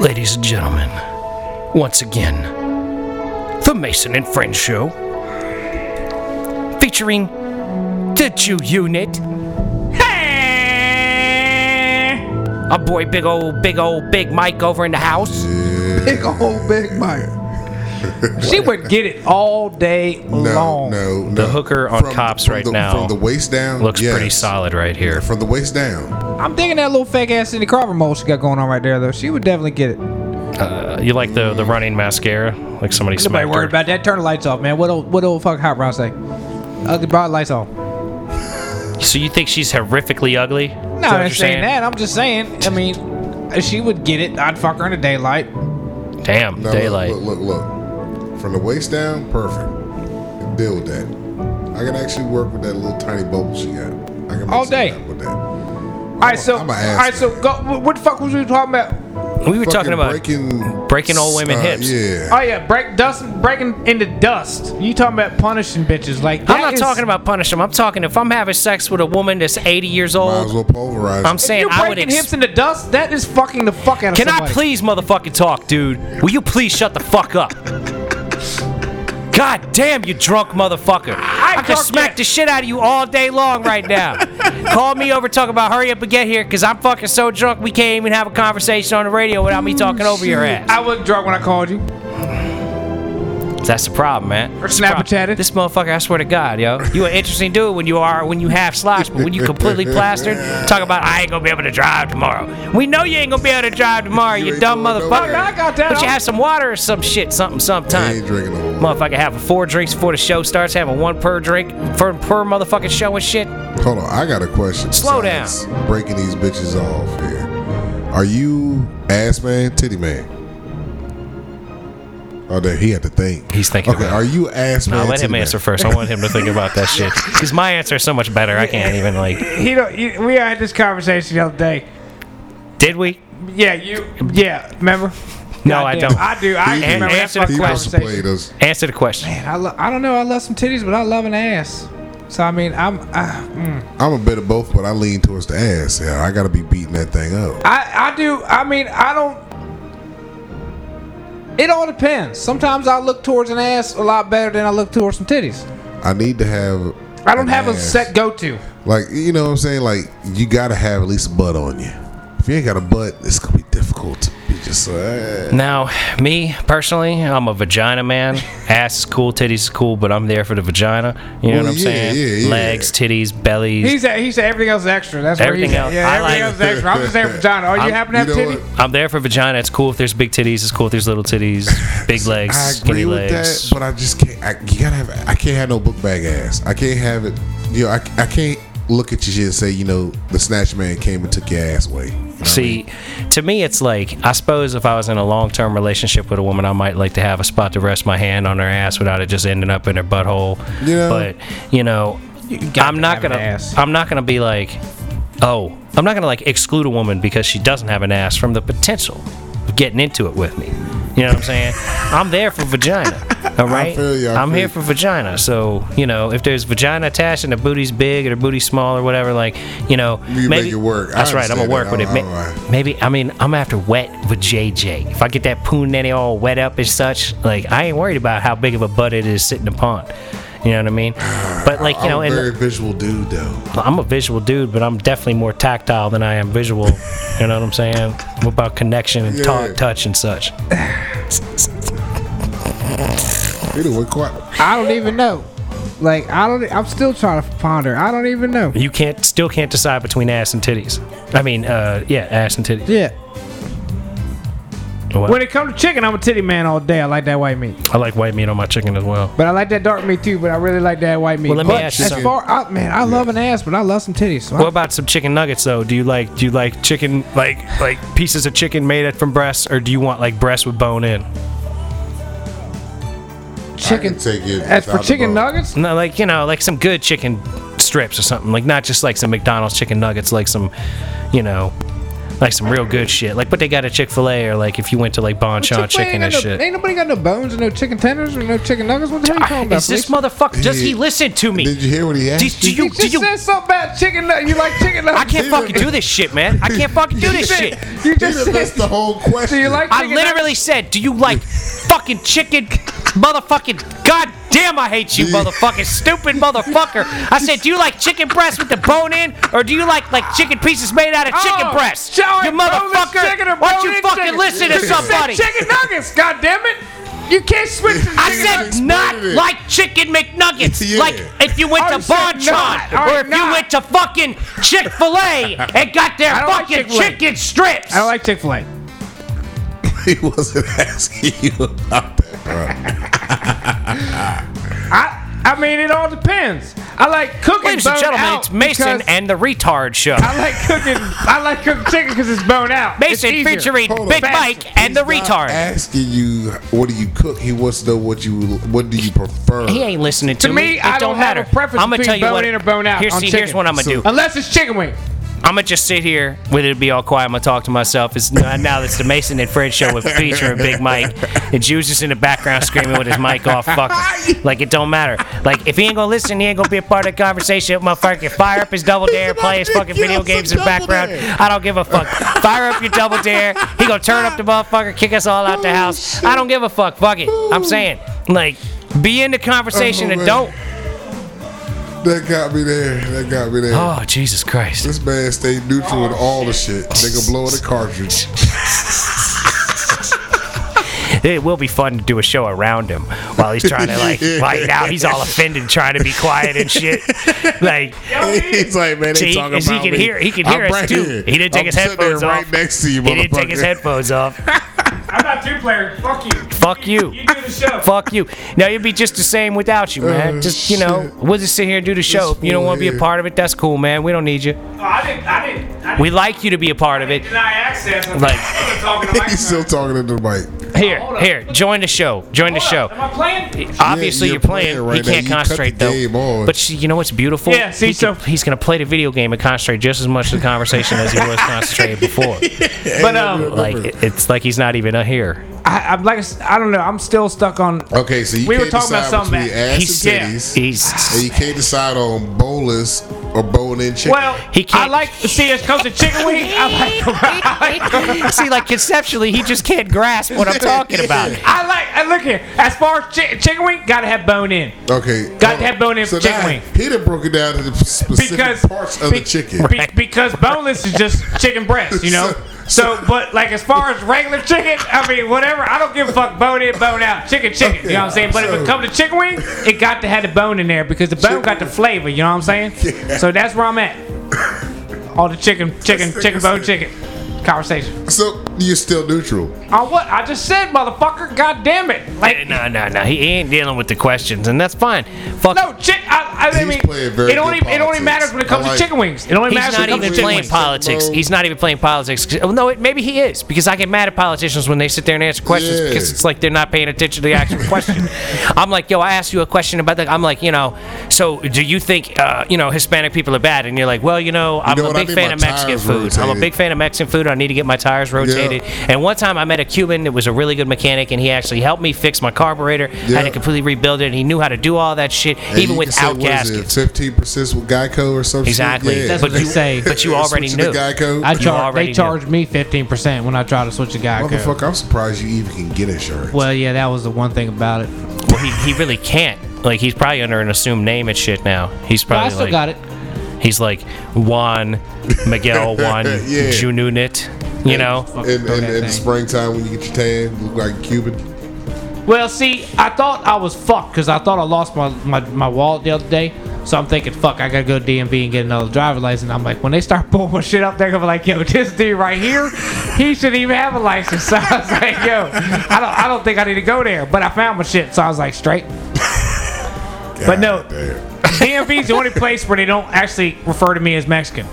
Ladies and gentlemen, once again, the Mason and Friends Show, featuring the Jew Unit. Hey! Our boy, big old, big old, big Mike over in the house. Big old Big Mike. She would get it all day No, long. no, no. The hooker on From- Cops from right the- now From the waist down. Looks yes. pretty solid right here. From the waist down. I'm thinking that little fake ass Cindy Crawford mole she got going on right there though. She would definitely get it. Nobody Uh, you like the the running mascara? Like somebody smacked her. worried about that. Turn the lights off, man. What old what old fuck hot brown say? Ugly brown lights off. No, So you think she's horrifically ugly? No, I'm not saying, that. I'm just saying. I mean, if she would get it. I'd fuck her in the daylight. Damn, No, look, daylight. Look, look, look, From the waist down, perfect. Build that. I can actually work with that little tiny bubble she got. I can make All something day. up With that. All right, so all I'm a ass right, so man. go. wh- What the fuck was we talking about? we were talking Fucking about breaking, breaking old women uh, hips. Yeah. Oh yeah, break dust, breaking into dust. You talking about punishing bitches like? that I'm not is- talking about punish them. I'm talking if I'm having sex with a woman that's 80 years Might as old. well pulverize. I'm it. saying You're I would. breaking ex- hips into dust. That is fucking the fuck out of Can somebody. I please motherfucking talk, dude? Will you please shut the fuck up? God damn, you drunk motherfucker. I, could drunk smack yet. the shit out of you all day long right now. Call me over, talk about hurry up and get here, because I'm fucking so drunk we can't even have a conversation on the radio without me talking over your ass. I was drunk when I called you. That's the problem, man. That's the Snapper problem. chatted. This motherfucker, I swear to God, yo. You an interesting dude when you are when you half slosh, but when you completely plastered, talk about I ain't gonna be able to drive tomorrow. We know you ain't gonna be able to drive tomorrow, you, You ain't dumb going motherfucker. nowhere. I got that. But you have some water or some shit, something, I sometime. ain't drinking no more. Motherfucker having four drinks before the show starts, having one per drink for per motherfucking show and shit. Hold on, I got a question. Slow besides Breaking these bitches off here. Are you ass man, titty man? Oh, there he had to think. He's thinking Okay, about it. are you ass man? I'll let titty him man? answer first. I want him to think about that shit. Because my answer is so much better. I can't even like He don't. You, we had this conversation the other day. Did we? Yeah, you. Yeah, remember? No, I Goddamn, don't. I do. I He- remember he- that answer the He fucking must have played conversation. us. Answer the question. Man, I, lo- I don't know. I love some titties, but I love an ass. So I mean, I'm. I, mm. I'm a bit of both, but I lean towards the ass. Yeah, I gotta be beating that thing up. I I do. I mean, I don't. It all depends. Sometimes I look towards an ass a lot better than I look towards some titties. I need to have. I an don't have a ass. set go to. Like you know what I'm saying? Like you gotta have at least a butt on you. If you ain't got a butt, it's gonna be difficult to be just. Uh, Now, me personally, I'm a vagina man. Ass is cool, titties is cool, but I'm there for the vagina. You know Well, what I'm yeah, saying? yeah, yeah. Legs, titties, bellies. He said he said everything else is extra. That's Everything what else. he's Yeah, I like- everything else is extra. I'm just there for John. Are you I'm- happen to have you know titty? what? I'm there for vagina. It's cool if there's big titties. It's cool if there's little titties, big legs, I skinny agree with legs. that, but I just can't. I, you gotta have. I can't have no book bag ass. I can't have it. You know, I, I can't look at your shit and say, you know, the snatch man came and took your ass away. You know what I See, to me, it's like I suppose if I was in a long-term relationship with a woman, I might like to have a spot to rest my hand on her ass without it just ending up in her butthhole. You know- but you know, got I'm to not have an gonna. ass. I'm not gonna be like, oh, I'm not gonna like exclude a woman because she doesn't have an ass from the potential of getting into it with me. You know what I'm saying? I'm there for vagina. All right, feel you, I am feel here you. for for vagina. So you know, if there's vagina attached and the booty's big or the booty's small or whatever, like you know, You make maybe it work. I That's right. I'm gonna work understand that. with it. I- May- I'm alright. Maybe I mean I'm after wet with JJ. If I get that poon nanny all wet up and such, like I ain't worried about how big of a butt it is sitting upon. You know what I mean? But like mean? you know, I'm a and very visual dude though. I'm a visual dude, but I'm definitely more tactile than I am visual. you know what I'm saying? I'm about connection and Yeah. talk, touch and such. Either way, quite. I don't even know. Like I don't. I'm still trying to ponder. I don't even know. You can't still can't decide between ass and titties. I mean, uh, yeah, ass and titties. Yeah. Well, When it comes to chicken, I'm a titty man all day. I like that white meat, I like white meat on my chicken as well. but I like that dark meat too. But I really like that white meat. Well, let me But ask you as something. far, I, man, I love an ass, but I love some titties. So I- What about some chicken nuggets though? Do you like do you like chicken like like pieces of chicken made from breasts, or do you want like breasts with bone in? chicken. take it As for without the chicken bone. nuggets, No, like you know, like some good chicken strips or something. Like not just like some McDonald's chicken nuggets, like some, you know, like some real good shit. Like what they got at Chick Fil A, or like if you went to like Bonchon Chick-fil-A Chicken and ain't got no, shit. Ah, Ain't nobody got no bones and no chicken tenders or no chicken nuggets. What the hell are you talking about? Is this Felicia? motherfucker? Does he Yeah. listen to me? Did you hear what he asked? Do, do you? you? He Do just you? said something about chicken nuggets. You like chicken I nuggets? can't fucking do this shit, man. I can't fucking do this shit. You just Nigga, That's said. the whole question. Do you like I chicken nuggets? literally said, "Do you like fucking chicken?" Motherfucking goddamn, I hate you, motherfucking stupid motherfucker. I said, "Do you like chicken breast with the bone in, or do you like like chicken pieces made out of chicken Oh, breast?" show You it, boneless chicken or motherfucker! Why don't you bone-in fucking chicken? listen to You said somebody? chicken nuggets, God damn it! You can't switch to chicken I nuggets. said Explain not it. like chicken McNuggets. Yeah. Like if you went Oh, to you said Bonchon not. All or right, if you not. went to fucking Chick Fil A and got their I don't like fucking Chick-fil-A. chicken strips. I like Chick Fil A. he wasn't asking you about that, bro. I I mean, it all depends. I like cooking. Ladies and bone gentlemen, out it's Mason because and the Retard Show. I like cooking. I like cooking chicken because it's bone out. It's Mason easier. featuring Hold on. Big Faster. Mike and the He's Retard. not Asking you, what do you cook? He wants to know what you, what do you prefer? He ain't listening to, To me, It I don't don't have matter. a preference I'ma between tell you bone what- in or bone out Here's, on see, here's chicken. what I'm gonna do. Unless it's chicken wing. I'm gonna just sit here with it be all quiet. I'm gonna talk to myself. It's now now it's the Mason and Fred show with featuring Big Mike and Juice is in the background screaming with his mic off. Fucker, like it don't matter. Like if he ain't gonna listen, he ain't gonna be a part of the conversation. Motherfucker, fire up his double dare, about play his to fucking get video us a games in the Double background. Dare. I don't give a fuck. Fire up your double dare. He gonna turn up the motherfucker, kick us all out the Oh, house. shit. I don't give a fuck. Fuck it. I'm Ooh. saying like be in the conversation Oh, and man. don't. That got me there. That got me there. Oh Jesus Christ. This man stayed neutral in all the shit. Nigga blowing the cartridge. it will be fun to do a show around him while he's trying to like right now he's all offended trying to be quiet and shit like He's like, man, See, they talking is he about can me. hear- he can I'm hear us, right too. here. He didn't take I'm his sitting there headphones right off. next to you, he didn't take his motherfucker. headphones off I'm not two player. Fuck you. fuck you do the show. fuck you now you'd be just the same without you man Oh, just you know shit. we'll just sit here and do the show if you don't fool want to be a here. part of it that's cool man we don't need you Oh, I didn't. I didn't. I we like you to be a part of it deny access. I'm Like- talking He's still talking into the mic. here Hold up. here join the show join the show I playing? Obviously, you're you're playing. playing right he now. can't You cut the concentrate game though. on. But she, you know what's beautiful? Yeah, see, He can- so- he's gonna play the video game and concentrate just as much as the conversation as he was concentrating before. But um, Like it- it's like he's not even uh, here. I, I'm like I s- I don't know. I'm still stuck on. Okay, so you We were can't talking about decide something between that- ass He's yeah. and titties, and he's you can't decide on boneless or bone-in chicken. Well, He can't- I like see as comes to chicken wing. I like. see like conceptually he just can't grasp what I'm talking about. I like. I look here. As far as chi- chicken wing, gotta have bone in. okay, hold Got on. that bone-in So chicken now wing. Peter broke it down to the specific because parts of be- the chicken. be- because boneless is just chicken breast, you know. So, So- but like as far as regular chicken, I mean whatever. I don't give a fuck. Bone in, bone out. Chicken, chicken. You know what I'm saying? But if it so- comes to chicken wing, it got to have the bone in there because the bone got the flavor. You know what I'm saying? So that's where I'm at. All the chicken, chicken, That's chicken, bone, interesting. chicken. Conversation. So you're still neutral. On what? I just said, motherfucker. God damn it. Like No, no, no. He ain't dealing with the questions, and that's fine. Fuck. no, chick. I, I He's mean, playing very it only good it only politics. matters when it comes I like- to chicken wings. It only He's matters not when it even comes to chicken playing wings. politics. He's not even playing politics. Well, No, it, maybe he is because I get mad at politicians when they sit there and answer questions Yeah. because it's like they're not paying attention to the actual question. I'm like, yo, I asked you a question about that. I'm like, you know, so do you think, uh, you know, Hispanic people are bad? And you're like, well, you know, I'm know a what? I big need fan my of Mexican tires food. I'm a rotated. big fan of Mexican food. I need to get my tires rotated. And one time I met a Cuban that was a really good mechanic, and he actually helped me fix my carburetor. I had Yeah. to completely rebuild it, and he knew how to do all that shit, And even you can say, without what is it, gaskets. 15% with Geico or something. Exactly. Yeah. That's what they say. But you already Switching to knew. Geico. I You char- already they knew. charged me 15% when I tried to switch to Geico. Motherfucker, I'm surprised you even can get insurance. Well, yeah, that was the one thing about it. But Well, he, he really can't. Like he's probably under an assumed name and shit now. He's probably I still like got it. he's like Juan Miguel Juan Yeah. Jununit. You know, Fuck in, that in, in the thing. springtime when you get your tan, you look like a Cuban. Well, see, I thought I was fucked because I thought I lost my, my, my wallet the other day. So I'm thinking, fuck, I gotta go to DMV and get another driver's license. I'm like, when they start pulling my shit up, they're gonna be like, yo, this dude right here, he shouldn't even have a license. So I was like, yo, I don't, I don't think I need to go there. But I found my shit, so I was like, straight. But no. Goddamn. DMV is the only place where they don't actually refer to me as Mexican.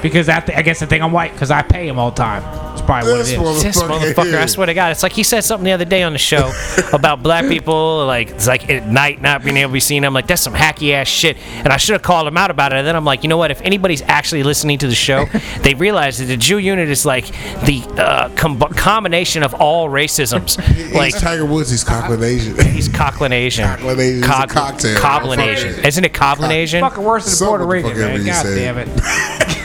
Because I, th- I guess they think I'm white because I pay him all the time. It's probably what This it is. motherfucker. This motherfucker, I swear to God, it's like he said something the other day on the show about black people, like it's like at night not being able to be seen. I'm like, that's some hacky ass shit, and I should have called him out about it. And then I'm like, you know what? If anybody's actually listening to the show, they realize that the Jew unit is like the uh, com- combination of all racisms. Like he's Tiger Woods. He's Cockland Asian. he's Cockland Asian, Cockland Asian is a cocktail. Coblin Asian, isn't it Coblin Asian? Fucking worse than Some Puerto motherfucker Rican, man. really God said. damn it.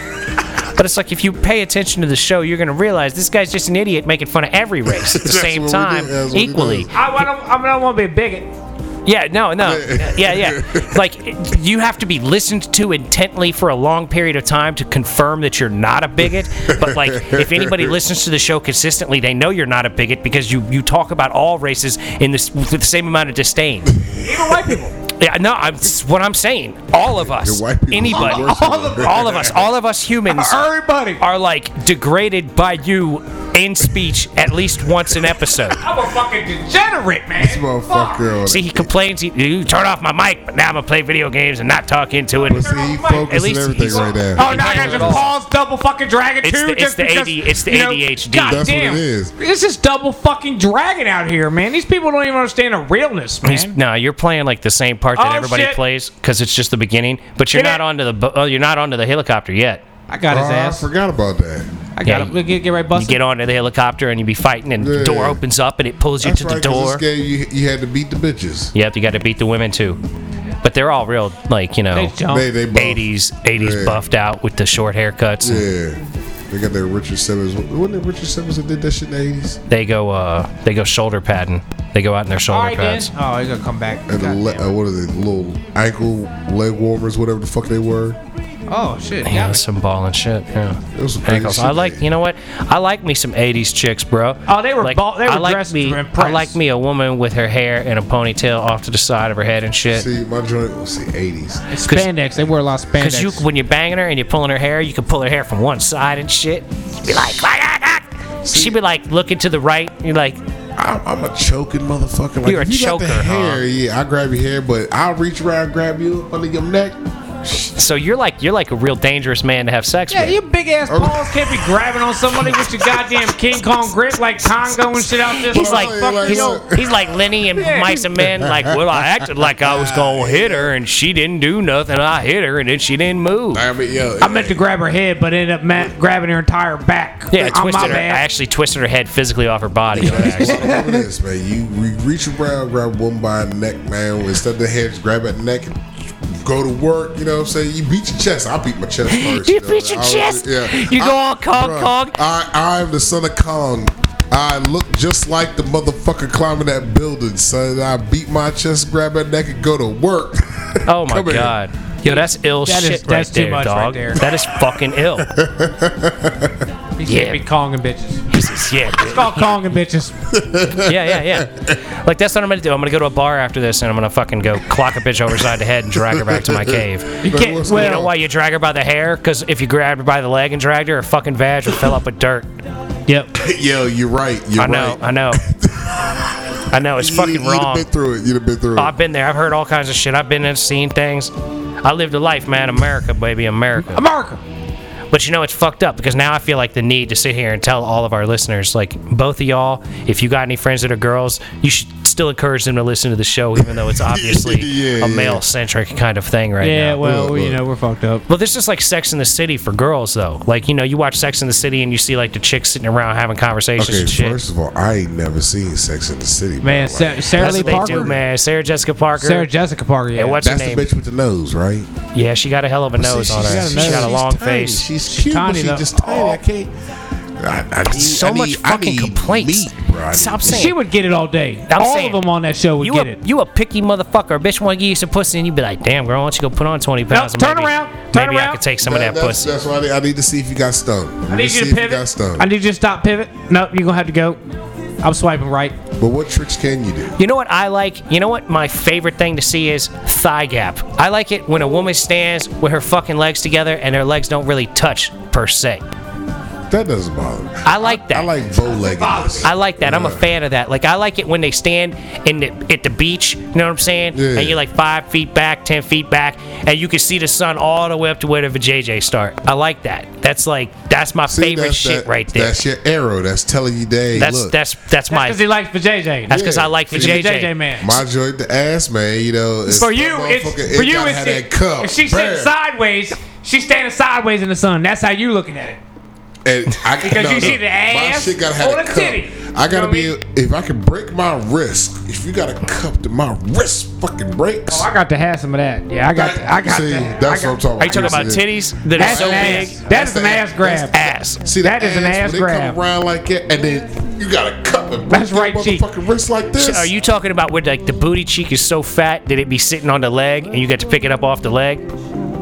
But it's like if you pay attention to the show, you're gonna realize this guy's just an idiot making fun of every race at the That's same what we do. time, That's what we do. equally. I, I don't, I don't want to be a bigot. Yeah, no, no. Yeah, yeah. Like, you have to be listened to intently for a long period of time to confirm that you're not a bigot. But, like, if anybody listens to the show consistently, they know you're not a bigot because you, you talk about all races in this, with the same amount of disdain. Even white people. Yeah, no, I'm, it's what I'm saying. All of us. The white people are anybody. worse than All of, the- all of us. All of us humans Everybody. are, like, degraded by you in speech at least once an episode. I'm a fucking degenerate, man. This motherfucker. on See, he complains. He, you turn off my mic, but now I'm gonna play video games and not talk into it. But see, he At focused on least everything he's- right now. Oh, now I got to pause double fucking dragon It's too. the- it's just the AD because, it's the you know, ADHD. God That's what damn. it is. This is double fucking dragon out here, man. These people don't even understand the realness, man. He's, no, you're playing like the same part that Oh, everybody shit. plays because it's just the beginning. But you're Get not it. onto the bo- oh, you're not onto the helicopter yet. I got Oh, his I ass. forgot about that. I got Yeah, him. We'll get, get right You busted. get onto the helicopter and you be fighting, and the Yeah. door opens up and it pulls you That's to right. the 'cause door. This game, you, you had to beat the bitches. Yep, you got to beat the women too. But they're all real, like you They know, don't. They they both. 80s 80s Yeah. buffed out with the short haircuts. and Yeah. They got their Richard Simmons. Wasn't it Richard Simmons that did that shit in the eighties? They go uh they go shoulder padding. They go out in their All shoulder right, then. pads. Oh, he's going to come back. And the God le- damn. uh, what are they? Little ankle leg warmers, whatever the fuck they were. Oh, shit. Yeah, Yeah. some ball and shit. Yeah. Those were Ankles. crazy I shit, like, man. you know what? I like me some '80s chicks, bro. Oh, they were like, ball- they were I like dressed me. to I impress. like me a woman with her hair and a ponytail off to the side of her head and shit. See, my joint was see eighties. Spandex. They wore a lot of spandex. Cause you, when you're banging her and you're pulling her hair, you can pull her hair from one side and shit. Be like, "Ah, ah, ah." she be like looking to the right. You're like, I'm, I'm a choking motherfucker. Like, You're a if you choker, Got the huh? hair, Yeah, I grab your hair, but I'll reach around, grab you up under your neck. so you're like, you're like a real dangerous man to have sex Yeah, with. your big ass paws can't be grabbing on somebody with your goddamn King Kong grip like Congo and shit out there. He's Oh, like, yeah, fuck, like you know, that. he's like Lenny and Yeah. Mike's and men. Like, well, I acted like I was gonna hit her, and she didn't do nothing. I hit her, and then she didn't move. I mean, yo, I meant to grab her head, but ended up ma- grabbing her entire back. Yeah, I Oh, my twisted her. I bad. actually twisted her head physically off her body. on accident. Remember this, man. You re- reach around, grab one by the neck, man. Instead of the head, just grab at the neck. and Go to work, you know what I'm saying? You beat your chest. I beat my chest first. You know? beat your I was- chest? Yeah. You go all Kong bruh, Kong? I, I am the son of Kong. I look just like the motherfucker climbing that building, son. I beat my chest, grab that neck, and go to work. oh my Come here. god. Yo, that's ill That is- shit right that's too there, much right dog. there. That is fucking ill. He Yeah. can't be Konging bitches. This is- yeah, dude. Call Konging bitches. yeah, yeah, yeah. Like that's what I'm gonna do. I'm gonna go to a bar after this, and I'm gonna fucking go clock a bitch over side the head and drag her back to my cave. You But can't. what's You know Well, going why you drag her by the hair? Because if you grabbed her by the leg and dragged her, her fucking vag would fill up with dirt. yep. Yo, you're right. You're I know, right. I know, I know. It's you, fucking you'd have wrong. been through it. You'd have been through I've it. been there. I've heard all kinds of shit. I've been and seen things. I lived a life, man. America, baby, America. America. But you know, it's fucked up because now I feel like the need to sit here and tell all of our listeners, like both of y'all, if you got any friends that are girls, you should still encourage them to listen to the show, even though it's obviously Yeah, a yeah. male centric kind of thing right Yeah, now. well, Look, you look. know, we're fucked up. Well, this is like Sex in the City for girls, though. Like, you know, you watch Sex in the City and you see like the chicks sitting around having conversations Okay, and shit. first of all, I ain't never seen Sex in the City. bro. Man, Sa- Sarah That's Lee what they do, Parker. man. Sarah Jessica Parker. Sarah Jessica Parker. Yeah. and what's That's her the name? bitch with the nose, right? Yeah, she got a hell of a nose See, on her. she's she got a got a she's long tiny. face. She's cute, tiny, but she's though. just tiny. I can't. I, I need, so I need, much I fucking need complaints. Meat, bro. I need Stop meat. saying- she would get it all day. I'm all saying, of them on that show would you get a, it. You a picky motherfucker. A bitch want to give you some pussy and you be like, damn, girl, why don't you go put on 20 No, pounds? and turn maybe, around, turn maybe I around. could take some of that that's, pussy. That's why I need, I need to see if you got stung. I need see you if to You got pivot. stung. I need you to stop pivot. No, you're gonna have to go. I'm swiping right. but what tricks can you do? You know what I like? You know what my favorite thing to see is thigh gap. I like it when a woman stands with her fucking legs together and her legs don't really touch per se. That doesn't bother me. I like that. I like bow leggedness. I like that. I'm a fan of that. Like I like it when they stand in the, at the beach. You know what I'm saying? Yeah. And you're like five feet back, ten feet back, and you can see the sun all the way up to where the JJ start. I like that. That's like that's my favorite that's shit that- right there. That's That's your arrow. That's telling you, day. that's look, that's, my. because he likes the JJ. That's because Yeah. I like the He's a JJ. JJ man. my joint, the ass, man. You know, it's for you, that it's motherfucker, for you. gotta It's have that cup. if she's Brr. sitting sideways. She's standing sideways in the sun. That's how you looking at it. And I, Because you see the my ass shit gotta have or a the cup. titty. I gotta You know be. If I can break my wrist, if you got a cup, then my wrist fucking breaks. Oh, I got to have some of that. Yeah, I got. I got See, that. that's I got, what I'm Are you talking talking about. about titties that are That's so an big? ass. That is an ass grab. Ass. See, the That is an when ass They grab. come around like that, and then you got a cup and break That's your right cheek. motherfucking wrist like this. Are you talking about where like the booty cheek is so fat that it be sitting on the leg and you got to pick it up off the leg?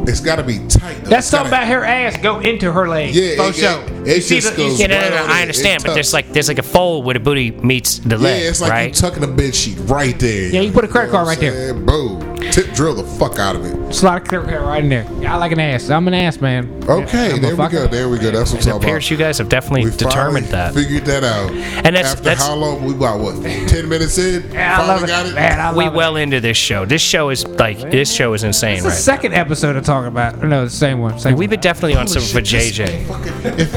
It's gotta be tight. Though. That's It's something gotta- about her ass go into her leg. Yeah, for it- sure. it- it You see just the- you goes see- Yeah, no, no, right no, on it. I It's understand, but tough. there's like there's like a fold where the booty meets the Yeah, leg, it's like you right? tucking a bed sheet right there. Yeah, you put a credit card right there. Boom. Tip drill the fuck out of it. It's a lot of clear hair right in there. Yeah, I like an ass. I'm an ass man. Okay, Yeah, I'm a there we fucker. go. There we go. That's what it I'm talking appears about. you guys have definitely We determined that. finally Figured that out. And that's- after that's- how long? We about what? Ten minutes in. Yeah, I finally love it. got it. Man, I love we it. well into this show. This show is like this show is insane, It's the right? second episode to talk about. No, the same one. Same We've one. been definitely on some for Shit, this JJ. fucking- If,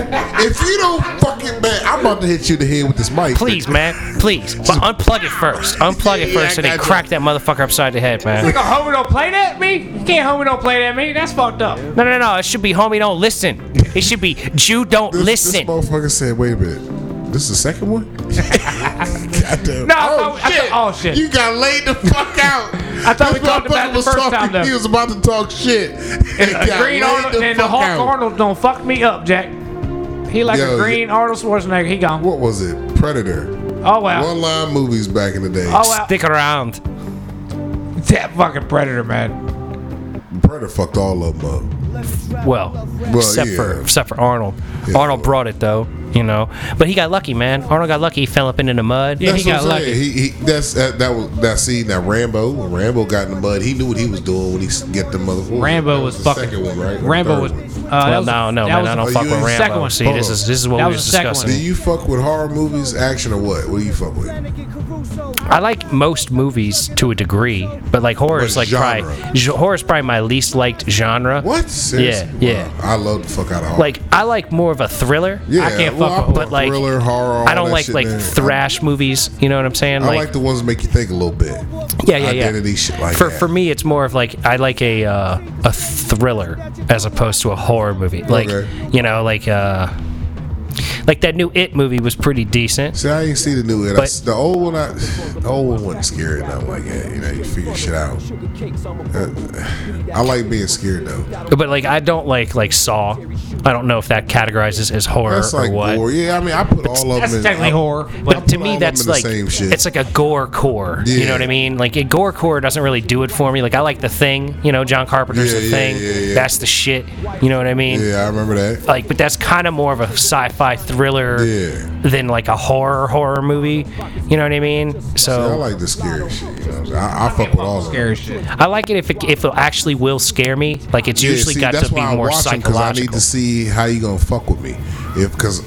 if you don't fucking man, I'm about to hit you in the head with this mic. Please, man, please, but unplug it first. Unplug it Yeah, first, I and then got crack that motherfucker upside the head, It's man. like a homie don't play that at me. You can't homie don't play that at me. That's fucked up. No, no, no. It should be homie, don't listen. It should be Jew, don't This, listen. This motherfucker said, "Wait a minute, this is the second one." Goddamn. No, I thought- I thought- oh, shit. You got laid the fuck out. I thought we This talked about motherfucker it the was first talking- time, though. He was about to talk shit. And A got laid green Arnold and the fuck Hulk out. Arnold don't fuck me up, Jack. He like Yo, a green Arnold Schwarzenegger. He gone. What was it? Predator. Oh well. One line movies back in the day. Oh well. Stick around. That fucking predator, man. Predator fucked all of them up. Well, except Oh, yeah. for except for Arnold. Yeah. Arnold brought it though, you know. But he got lucky, man. Arnold got lucky. He fell up into the mud. Yeah, he That's what got I'm lucky. saying. He, he that's that, that was that scene that Rambo when Rambo got in the mud. He knew what he was doing when he s- get the motherfucker. Rambo was the fucking. second one, right? Or the Rambo third was. Uh, one. well, that was- no, no, man. that was- I Oh, don't fuck you with ain't- Rambo. Second one. See, Hold this on. is this is what That we was was the second discussing. Do you fuck with horror movies, action, or what? What do you fuck with? I like most movies to a degree, but like horror is What like genre? probably ge- horror is probably my least liked genre. What? Seriously? Yeah, yeah. Wow, I love the fuck out of horror. Like I like more of a thriller. yeah, I can't fuck with put but, like, thriller, horror. all I don't that like shit like in there. thrash movies. You know what I'm saying? I, I like the ones that make you think a little bit. yeah, yeah, yeah. Identity shit like for that. for me, it's more of like I like a uh, a thriller as opposed to a horror movie. Like Okay. you know, like uh, like that new It movie was pretty decent. See, I ain't see the new one. I But- s the old one, I, the old one wasn't scary. And I'm like, yeah, you know, you figure shit out. Uh, I like being scared though. But like I don't like like Saw. I don't know if that categorizes as horror That's like or what. gore. Yeah, I mean, I put all of them. That's in, technically I- horror. But But to put all me, of that's them in like the same shit. it's like a gore core. You Yeah. know what I mean? Like a gore core doesn't really do it for me. Like I like the thing. You know, John Carpenter's Yeah, the yeah, thing. yeah, yeah. That's the shit. You know what I mean? Yeah, I remember that. Like, but that's kind of more of a sci-fi thriller Yeah. than like a horror horror movie. You know what I mean? I So like the scary shit. You know what I'm saying? I, I fuck with all of them. scary shit. I like it if it, if it actually will scare me. Like it's Yeah, usually see, got that's to be why I more watch 'em, 'cause I need psychological. to see how you gonna fuck with me, if because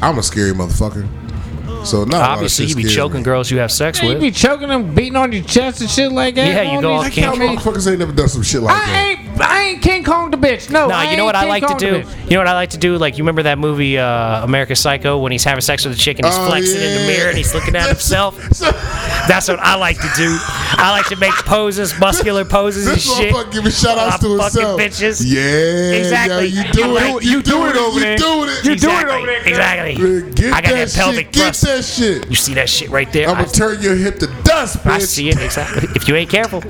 I'm a scary motherfucker. So not Obviously, you be choking me. girls you have sex You with. be choking them, beating on your chest and shit like that. Yeah, you All go these- off I can't- camera. Motherfuckers ain't never done some shit like I that. ain't, I ain't King Kong the bitch. No, No, you know what I ain't like King to Kong do? the bitch. You know what I like to do? Like you remember that movie uh, American Psycho when he's having sex with a chick and he's Oh, flexing in the yeah. mirror and he's looking at himself. That's what I like to do. I like to make poses, muscular poses This and shit. motherfucker giving shout outs to I'm fucking himself. bitches. Yeah, Exactly. Yo, you do You it. do- you do it over there. You do it. You do it exactly. over there, girl. Exactly. Man, Get I got that, that, pelvic shit. Get thrust. that shit. You see that shit right there? I'm I, gonna turn your hip to dust, bitch. I see it exactly. If you ain't careful,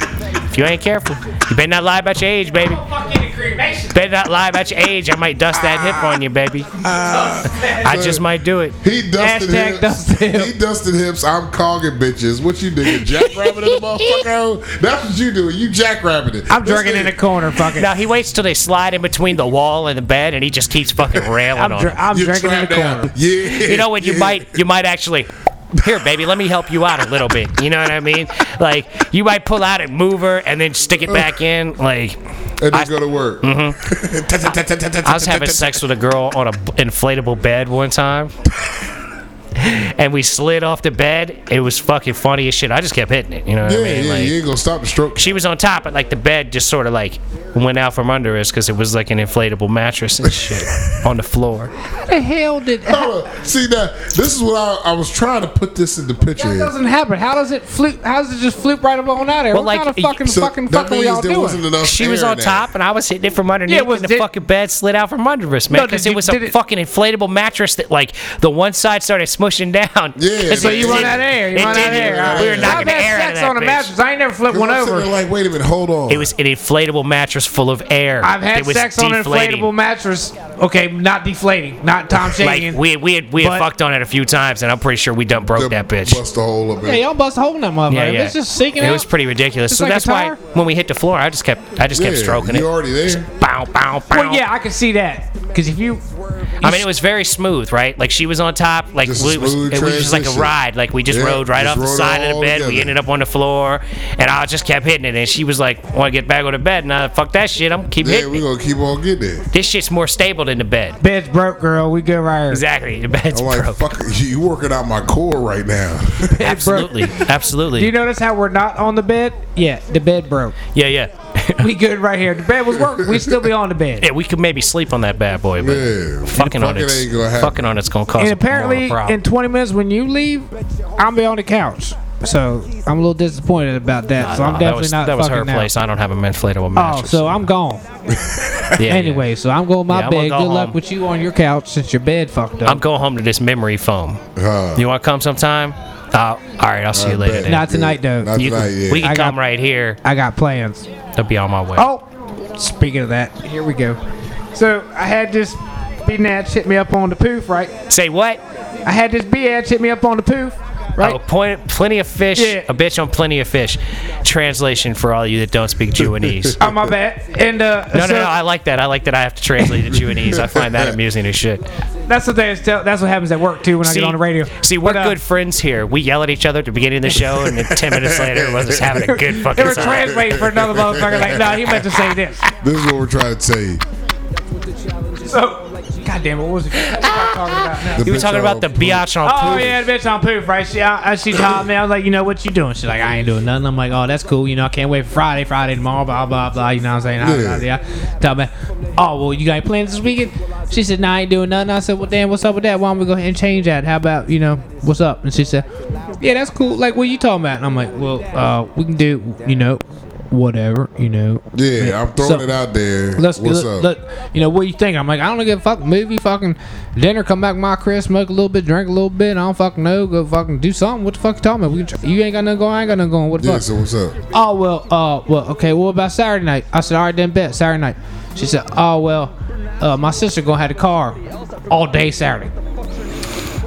if you ain't careful, you better not lie about your age, baby. Fucking cremation. Better not lie about your age. I might dust that hip on you, baby. I just might do it. He dusted Hashtag hips. dusted hip. He dusted hips. I'm clogging bitches. What you doing? Jackrabbit in the motherfucker? That's what you doing. You jackrabbiting. I'm This drinking in the nigga- corner, fucking. Now he waits till they slide in between the wall and the bed, and he just keeps fucking railing I'm, on. dr- them. I'm you drinking in the trapped out. corner. Yeah. You know what? You yeah. might you might actually here, baby, let me help you out a little bit. You know what I mean? Like, you might pull out and move her and then stick it back in. Like, And I- Mm-hmm. it's gonna work. I was having sex with a girl on an inflatable bed one time. And we slid off the bed. It was fucking funny as shit. I just kept hitting it. You know what Yeah, I mean? yeah, like, you ain't gonna stop the stroke. she was on top, but like the bed just sort of like went out from under us because it was like an inflatable mattress and shit on the floor. How the hell did that Hold on. See now, this is what I, I was trying to put this in the picture. here. doesn't happen? How does it flute? How does it just flute right up on out there? Well, what like, kind of y- fucking So fucking that fucking means are y'all there wasn't doing? enough. She was air on in top, and I was hitting it from underneath, was and the it- fucking bed slid out from under us, man. No, did Because you- it was a did it- fucking inflatable mattress that, like the one side started smushing down. Yeah, 'Cause so it you run did- out of air, you it run did- out of air, all We were right. knocking I've the air out had of sex that on a bitch. mattress. I ain't never flipped there. one I'm sitting there over. like, wait a minute, hold on. It was an inflatable mattress full of air. I've It had was sex on an deflating. inflatable mattress. Okay, not deflating, not Tom Like Shady. we we had, we had But- fucked on it a few times, and I'm pretty sure we done broke that bitch. Bust the hole up. in yeah, it. y'all bust a hole in that motherfucker. Yeah, yeah. It's just sinking it out. was pretty ridiculous. Just so like a that's why tire? when we hit the floor, I just kept I just kept Yeah, stroking it. You already there? Bow, bow, bow. Well, yeah, I can see that. Because if you, I mean, it was very smooth, right? Like she was on top, like Just a we, it was, smooth it was just like a transition. ride. Like we just Yeah, rode right just off the rode side of the all bed. We together. ended up on the floor, and I just kept hitting it. And she was like, "Want to get back on the bed?" And I fuck that shit. I'm gonna keep Yeah, hitting. we it. gonna keep on getting there. This shit's more stable than the bed. bed's broke, girl, we good right here. Exactly, the bed's I'm like, broke. fuck, you you working out my core right now. Absolutely, absolutely. Do you notice how we're not on the bed? Yeah, the bed broke. yeah, yeah, We good right here. The bed was working. We still be on the bed. yeah. We could maybe sleep on that bad boy, but Yeah. fucking on Fucking it's ain't gonna happen. fucking on it's gonna cause. And more of a apparently, problem. Uh, in 20 minutes when you leave, I'm be on the couch. So I'm a little disappointed about that. So I'm Uh, definitely that was, not that was fucking her out. place. I don't have an inflatable Oh, mattress. so I'm gone. Yeah, yeah. Anyway, so I'm going my Yeah, I'm gonna bed. go Good luck home. with you on your couch since your bed fucked up. I'm going home to this memory foam. Huh. You want to come sometime? Uh, all right, I'll see you I later. bet. then. Not tonight, though. Not tonight, You can- yeah. We can I got- come right here. I got plans. I'll be on my way. Oh, speaking of that, here we go. So I had this bitch hit me up on the poof, right? Say what? I had this bitch hit me up on the poof, right? Oh, point, plenty of fish. Yeah. A bitch on plenty of fish. Translation for all you that don't speak Jewanese. Oh, my bad. And uh, No, so no, no. I like that. I like that I have to translate to Jewanese. I find that amusing as shit. that's what they tell. That's what happens at work too when I get on the radio. see, we're But, uh, good friends here. We yell at each other at the beginning of the show, and then 10 minutes later, we're just having a good They fucking were time. translating for another motherfucker. Like, no, he meant to say this. This is what we're trying to say. you. So, God damn it, what was it? What was I talking about now? You were talking about the biatch on Oh poof. yeah, the bitch on poof, right? She, I, I- she called me. I was like, you know what you doing? She's like, I ain't doing nothing. I'm like, oh, that's cool. You know, I can't wait for Friday, Friday tomorrow, blah blah blah. You know what I'm saying? I, I, Yeah. yeah. Tell me, oh well, you got any plans this weekend? She said, nah, I ain't doing nothing. I said, well, damn, what's up with that? Why don't we go ahead and change that? How about you know, what's up? And she said, yeah, that's cool. Like, what you talking about? And I'm like, well, uh, we can do, you know, whatever, you know. Yeah, I'm throwing So- it out there. Let's What's let, up? let- you know what you think. I'm like, I don't give a fuck. Movie, fucking dinner, come back, my crib, smoke a little bit, drink a little bit. I don't fucking know. Go fucking do something. What the fuck you talking about? We can try, you ain't got nothing going. I ain't got nothing going. What the yeah, fuck? so what's up? oh well, uh, well, okay. What about Saturday night? I said, all right, then bet Saturday night. She said, oh well, uh, my sister gonna have the car all day Saturday.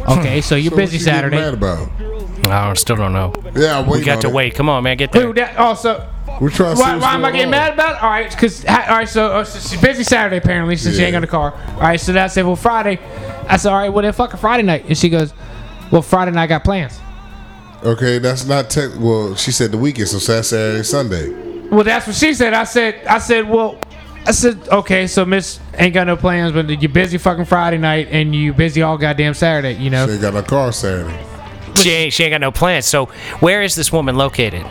Okay, so you're So what busy you getting Mad Saturday. about? I don't- still don't know. Yeah, I'm We got to on it. wait. Come on, man. Get there. Dude, that oh, also. We're trying to see Why, what's why am I going getting on. mad about it? All right, because all right, so, uh, so she's busy Saturday apparently since she ain't Yeah. got a car. All right, so then I said, well, Friday. I said, all right, well then fucking Friday night, and she goes, well Friday night I got plans. Okay, that's not tech. Well, she said the weekend, so Saturday, Saturday, Sunday. Well, that's what she said. I said, I said, well, I said, okay, so Miss ain't got no plans, but you busy fucking Friday night and you busy all goddamn Saturday, you know? She ain't got no car Saturday. She ain't, she ain't got no plans. So, where is this woman located?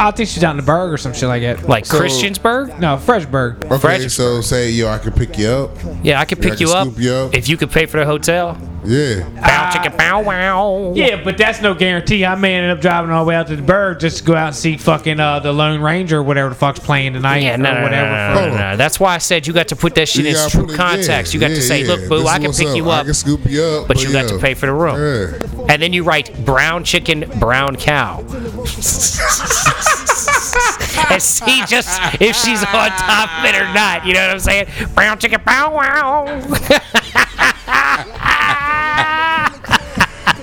I think she's out in the burg or some shit like that. Like So- Christiansburg? No, Freshburg. Okay, Fredericksburg. so say yo, I can pick you up. Yeah, I could Yeah, I pick can you, up scoop you up. if you could pay for the hotel. Yeah, Bow chicka bow wow. Uh, Yeah, but that's no guarantee. I may end up driving all the way out to the burg just to go out and see fucking uh, the Lone Ranger or whatever the fuck's playing tonight Yeah, or no, no, no, whatever. no, no, no, no. That's why I said you got to put that shit You in gotta true put it- context. yeah, you got yeah, to say, yeah. look, boo, This I is can what's pick you I up, can scoop you up, oh, but you got to yeah. pay for the room. Yeah. And then you write brown chicken, brown cow. and see just if she's on top of it or not. You know what I'm saying? Brown chicken, bow wow.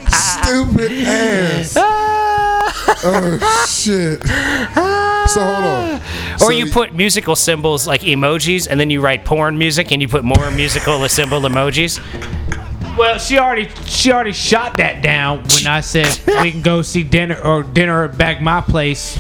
Stupid ass. oh shit. So hold on. Or you put musical symbols like emojis, and then you write porn music, and you put more musical symbol emojis. Well, she already she already shot that down when I said we can go see dinner or dinner back my place,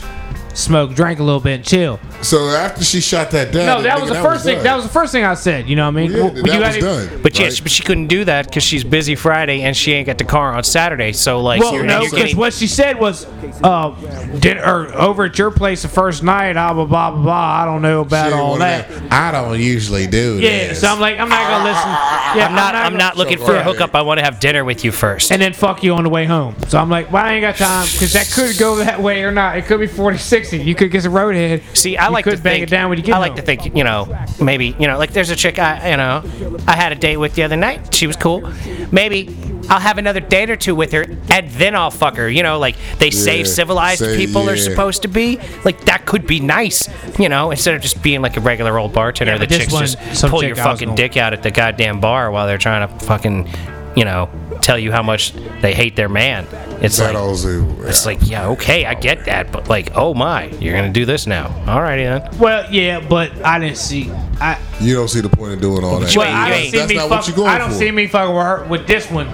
smoke, drink a little bit, and chill. So after she shot that down, No, then, that nigga, was the first thing. done. That was the first thing I said. You know what I mean? yeah, Well, that was you gotta- done. But yeah, right? she, but she couldn't do that because she's busy Friday and she ain't got the car on Saturday. So like, Well, you're, no, you're because getting, what she said was, uh, din- or over at your place the first night, ah, blah, blah, blah, blah. I don't know She about didn't all wanna that. do I don't usually do Yeah, this. so I'm like, I'm not going to listen. Yeah, I'm not. I'm gonna- not looking for a Right. hookup. I want to have dinner with you first. And then fuck you on the way home. So I'm like, well, I ain't got time because that could go that way or not. It could be 40, 60. You could get some roadhead. See, I You like could to bang think, it down when you get I like home. to think, you know, maybe, you know, like there's a chick I, you know, I had a date with the other night. She was cool. Maybe I'll have another date or two with her, and then I'll fuck her. You know, like they say Yeah, civilized say- people are yeah. supposed to be. Like that could be nice, you know, instead of just being like a regular old bartender. Yeah, the but this chicks one- just some pull chick your I was fucking gonna- dick out at the goddamn bar while they're trying to fucking, you know, tell you how much they hate their man. It's that like. all zoo. It's like, yeah, okay, I get that, but like, oh my, you're gonna do this now. Alrighty then. Well, yeah, but I didn't see. I, you don't see the point in doing all that. you well, ain't- I you don't ain't- see that's me not fuck, what you're going I don't for. see me fucking with her with this one.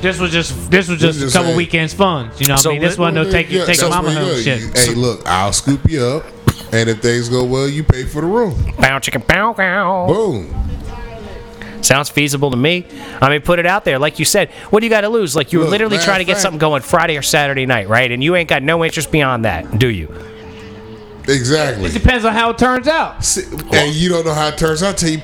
This was just this was just just a couple saying- weekends fun. You know what So I mean? This let- one they'll take you Yeah, take that's mama what you home do. and shit. You- Hey, look, I'll scoop you up, and if things go well, you pay for the room. Bow chicken bow cow. Boom. Sounds feasible to me. I mean, put it out there. Like you said, what do you got to lose? Like you were Look, literally matter trying to of get fact- something going Friday or Saturday night, right? And you ain't got no interest beyond that, do you? Exactly. It depends on how it turns out. See, And you don't know how it turns out till you.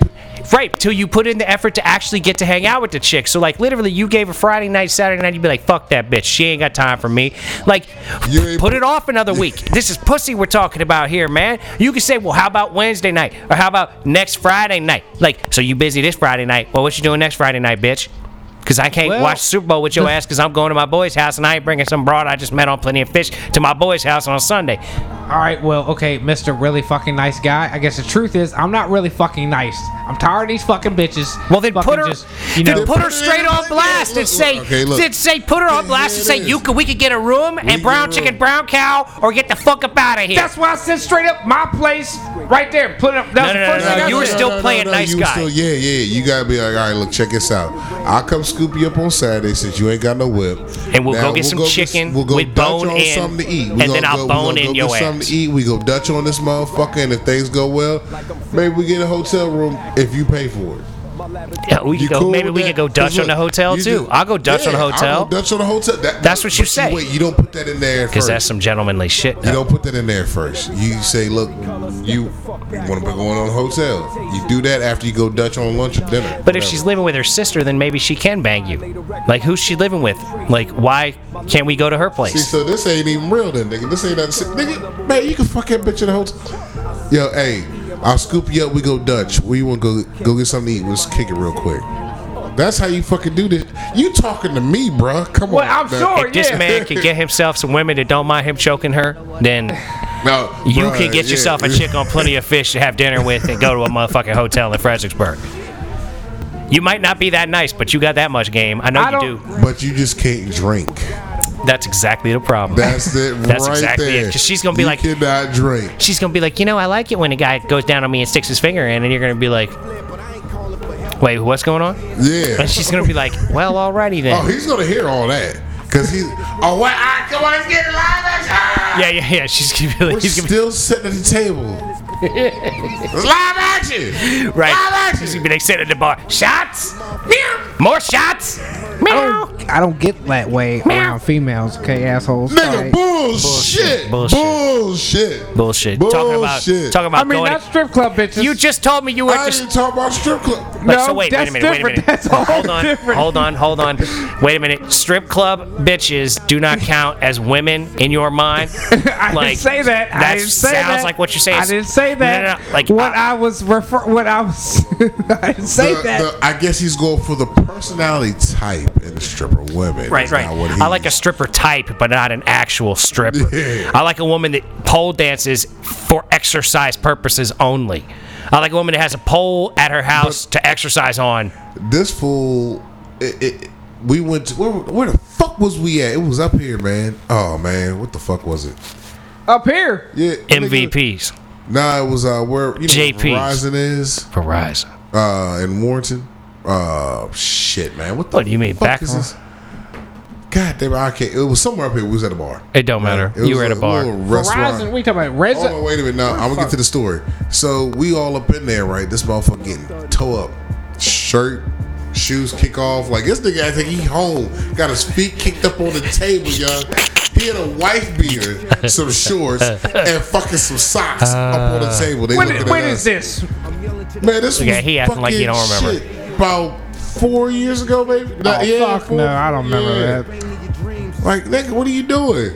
Right, till you put in the effort to actually get to hang out with the chick. So, like, literally, you gave a Friday night, Saturday night, you'd be like, fuck that bitch. She ain't got time for me. Like, You ain't put pu- it off another week. this is pussy we're talking about here, man. You can say, well, how about Wednesday night? Or how about next Friday night? Like, so you busy this Friday night. Well, what you doing next Friday night, bitch? Because I can't Well, watch Super Bowl with your ass because I'm going to my boy's house and I ain't bringing some broad I just met on Plenty of Fish to my boy's house on Sunday. All right, well, okay, Mister really fucking nice guy. I guess the truth is I'm not really fucking nice. I'm tired of these fucking bitches. Well, then Fucking put her, just, you then know. put her Put it straight in on the- blast yeah, and look, say, okay, look. then say, put her on Here blast and it say, you is. could, we could get a room get and a brown room. chicken, brown cow, or get the fuck up out of here. that's why I said straight up my place right there. Put it up. No, no, That's the no, first no, thing I you were said. still playing nice you were guy. yeah, yeah. You gotta be like, all right, look, check this out. I'll come scoop you up on Saturday since you ain't got no whip, And we'll go get some chicken with Dutch bone on in, something to eat, and then I'll bone in your get ass. Something to eat. We go Dutch on this motherfucker, and if things go well, maybe we get a hotel room if you pay for it. Yeah, we could You go, cool maybe with we that? could go 'Cause Dutch on look, the hotel you too. just- I'll go Dutch on Yeah, the I'll go hotel Dutch on the hotel. That- That's what you but say. Wait, you don't put that in there because first. that's some gentlemanly shit. You don't put that in there first. You say, look, you want to be going on a hotel. You do that after you go Dutch on lunch or dinner. But if whatever. she's living with her sister, then maybe she can bang you. Like, who's she living with? Like, why can't we go to her See, place? so this ain't even real then, nigga. This ain't nothing. se- Nigga, man, you can fuck that bitch in the hotel. Yo, hey, I'll scoop you up. We go Dutch. We want to go go get something to eat. Let's kick it real quick. That's how you fucking do this. You talking to me, bruh. Come Well, on. I'm man. sure, If this yeah. man can get himself some women that don't mind him choking her, then No, You bruh, could get yeah. yourself a chick on plenty of fish to have dinner with and go to a motherfucking hotel in Fredericksburg. You might not be that nice, but you got that much game. I know I you don't- do. But you just can't drink. That's exactly the problem. That's it. That's right exactly it, there. 'cause she's gonna be You like- cannot drink. She's gonna be like, you know, I like it when a guy goes down on me and sticks his finger in, and you're gonna be like, wait, what's going on? Yeah. And she's gonna be like, well, alrighty Oh, then. he's gonna hear all that because he's. Oh, what? I come on, let's get live action. Yeah, yeah, yeah. She's gonna be We're like, he's gonna still sitting at the table. It's live action. be, right. Live action. She's gonna be like sitting at the bar. Shots? Meow. More shots? Oh. Meow. I don't get that way around females, okay, assholes. Nigga, Bullshit. bullshit. Bullshit. Bullshit. Bullshit. Talking about Bullshit. talking about I mean, going. that's strip club bitches. you just told me you were I just didn't talk about strip club. But No, so wait, that's wait a minute, wait a minute. different. That's all hold on, different. hold on, hold on. Wait a minute. Strip club bitches do not count as women in your mind. I like, didn't say that. I that didn't say sounds that. like what you're saying I is- didn't say No, that. no, no, like, uh, what I- I, was refer. What I was. I didn't say The- that. the- I guess he's going for the personality type in the stripper women. Right, It's right. not what I like a he's- stripper type, but not an actual stripper. Yeah. I like a woman that pole dances for exercise purposes only. I like a woman that has a pole at her house to exercise on. this fool. It, it, we went to where, where the fuck was we at? It was up here, man. Oh man, what the fuck was it? Up here. Yeah, nigga. MVPs, Nah, it was uh where you know JPs. Verizon is Verizon. uh in Warrenton. uh shit, man. What the What do you mean, fuck back is room? this? God damn it, I can't it was somewhere up here. We was at a bar. It don't matter. It was You were at a bar. little restaurant. Verizon, we talking about Reza? Hold on, Oh, wait a minute. Now I'm gonna get to the story. So we all up in there, right? This motherfucker getting toe up, shirt, shoes kick off. Like this nigga, I think he home. Got his feet kicked up on the table, y'all. He had a wife beater, some shorts, and fucking some socks up Uh, on the table. They when looking at when us. is this? Man, this was Okay, he acting like he fucking don't remember. Shit. About four years ago, maybe. Not- Oh, yeah, fuck four- no, I don't remember yeah. that. Like, nigga, what are you doing?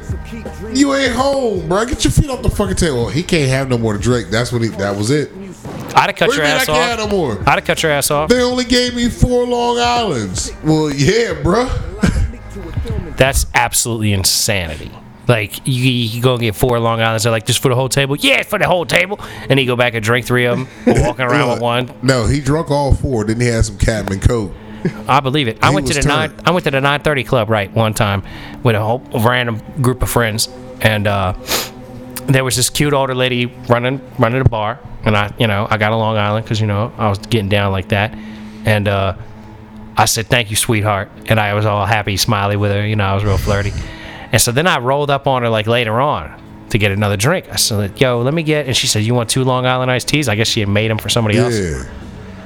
You ain't home, bro. Get your feet off the fucking table. He can't have no more to drink. That's what he. That was it. What I'd have cut do you your mean I ass can't have off. no more? I'd have cut your ass off. They only gave me four Long Islands. Well, yeah, bro. That's absolutely insanity. Like you, you go and get four Long Islands. They're like just for the whole table. Yeah, for the whole table. And he go back and drink three of them, walking around with one. No, he drunk all four. Then he had some Captain Coke. I believe it. I He went to was the turned. nine. I went to the nine thirty club right one time with a whole random group of friends, and uh, there was this cute older lady running running the bar, and I you know I got a Long Island because you know I was getting down like that, and uh, I said thank you sweetheart, and I was all happy smiley with her. You know I was real flirty, and so then I rolled up on her like later on. To get another drink, I said, "Yo, let me get." And she said, "You want two Long Island iced teas?" I guess she had made them for somebody else. Yeah.